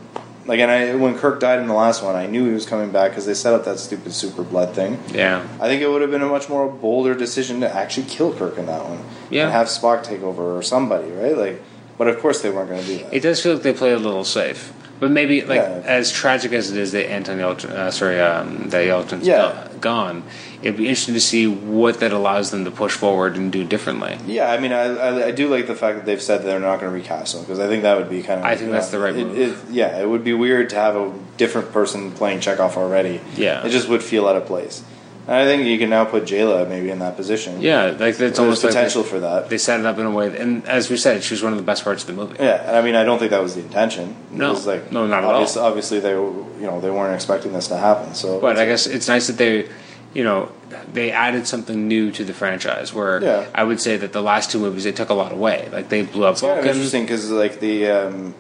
Speaker 2: like, and I when Kirk died in the last one, I knew he was coming back because they set up that stupid super blood thing.
Speaker 1: yeah,
Speaker 2: I think it would have been a much more bolder decision to actually kill Kirk in that one.
Speaker 1: Yeah.
Speaker 2: And have Spock take over or somebody, right? Like, but of course they weren't going to do that.
Speaker 1: it does feel like they played a little safe. But maybe like
Speaker 2: Yeah.
Speaker 1: as tragic as it is that Anton Yelchin, uh, sorry, um, that Yelchin's
Speaker 2: Yeah.
Speaker 1: go- gone, it'd be interesting to see what that allows them to push forward and do differently.
Speaker 2: yeah, I mean, I, I, I do like the fact that they've said they're not going to recast him because I think that would be kind of.
Speaker 1: I think that's the right
Speaker 2: it,
Speaker 1: move.
Speaker 2: it- yeah, it would be weird to have a different person playing Chekhov already.
Speaker 1: Yeah.
Speaker 2: it just would feel out of place. And I think you can now put Jayla maybe in that position.
Speaker 1: Yeah, like it's
Speaker 2: there's
Speaker 1: almost like
Speaker 2: potential
Speaker 1: they,
Speaker 2: for that.
Speaker 1: they set it up in a way, and as we said, she was one of the best parts of the movie.
Speaker 2: Yeah, and I mean, I don't think that was the intention.
Speaker 1: No.
Speaker 2: it was like
Speaker 1: No, not at all.
Speaker 2: obvious- Obviously, they were- you know they weren't expecting this to happen. So
Speaker 1: But I guess it's nice that they, you know, they added something new to the franchise. Where
Speaker 2: Yeah.
Speaker 1: I would say that the last two movies they took a lot away. Like they blew up
Speaker 2: kind of
Speaker 1: Vulcan.
Speaker 2: interesting because like the um,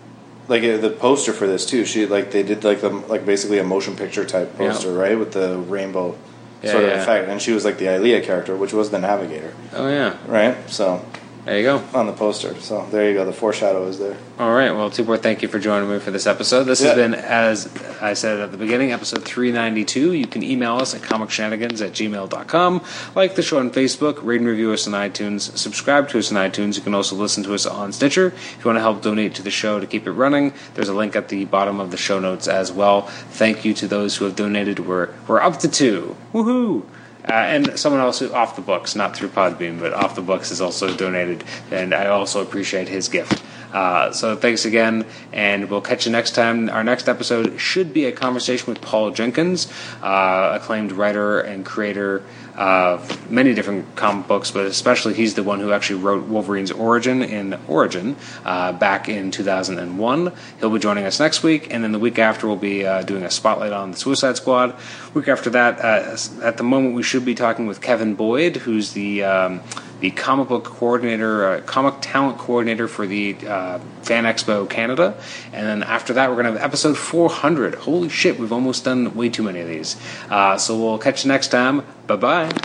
Speaker 2: like uh, the poster for this too. She like they did like the like basically a motion picture type
Speaker 1: Yeah.
Speaker 2: poster, right, with the rainbow
Speaker 1: Yeah,
Speaker 2: sort of
Speaker 1: yeah.
Speaker 2: effect, and she was like the Ilea character, which was the Navigator,
Speaker 1: oh yeah,
Speaker 2: right? So
Speaker 1: there you go.
Speaker 2: on the poster, so there you go. The foreshadow is there.
Speaker 1: All right. Well, Tibor, thank you for joining me for this episode. This
Speaker 2: Yeah.
Speaker 1: has been, as I said at the beginning, episode 392. You can email us at comicshenanigans at gmail.com. Like the show on Facebook, rate and review us on iTunes, subscribe to us on iTunes. You can also listen to us on Stitcher. If you want to help donate to the show to keep it running, there's a link at the bottom of the show notes as well. Thank you to those who have donated. We're, we're up to two. Woohoo! Uh, and someone else who, off the books, not through Podbean, but off the books has also donated, and I also appreciate his gift. Uh, so thanks again, and we'll catch you next time. Our next episode should be a conversation with Paul Jenkins, uh, acclaimed writer and creator of uh, many different comic books, but especially he's the one who actually wrote Wolverine's origin in Origin uh, back in 2001. He'll be joining us next week, and then the week after we'll be uh, doing a spotlight on the Suicide Squad. Week after that, uh, at the moment, we should be talking with Kevin Boyd, who's the um, the comic book coordinator, uh, comic talent coordinator for the uh, Fan Expo Canada. And then after that, we're going to have episode 400. Holy shit, we've almost done way too many of these. Uh, so we'll catch you next time. Bye bye.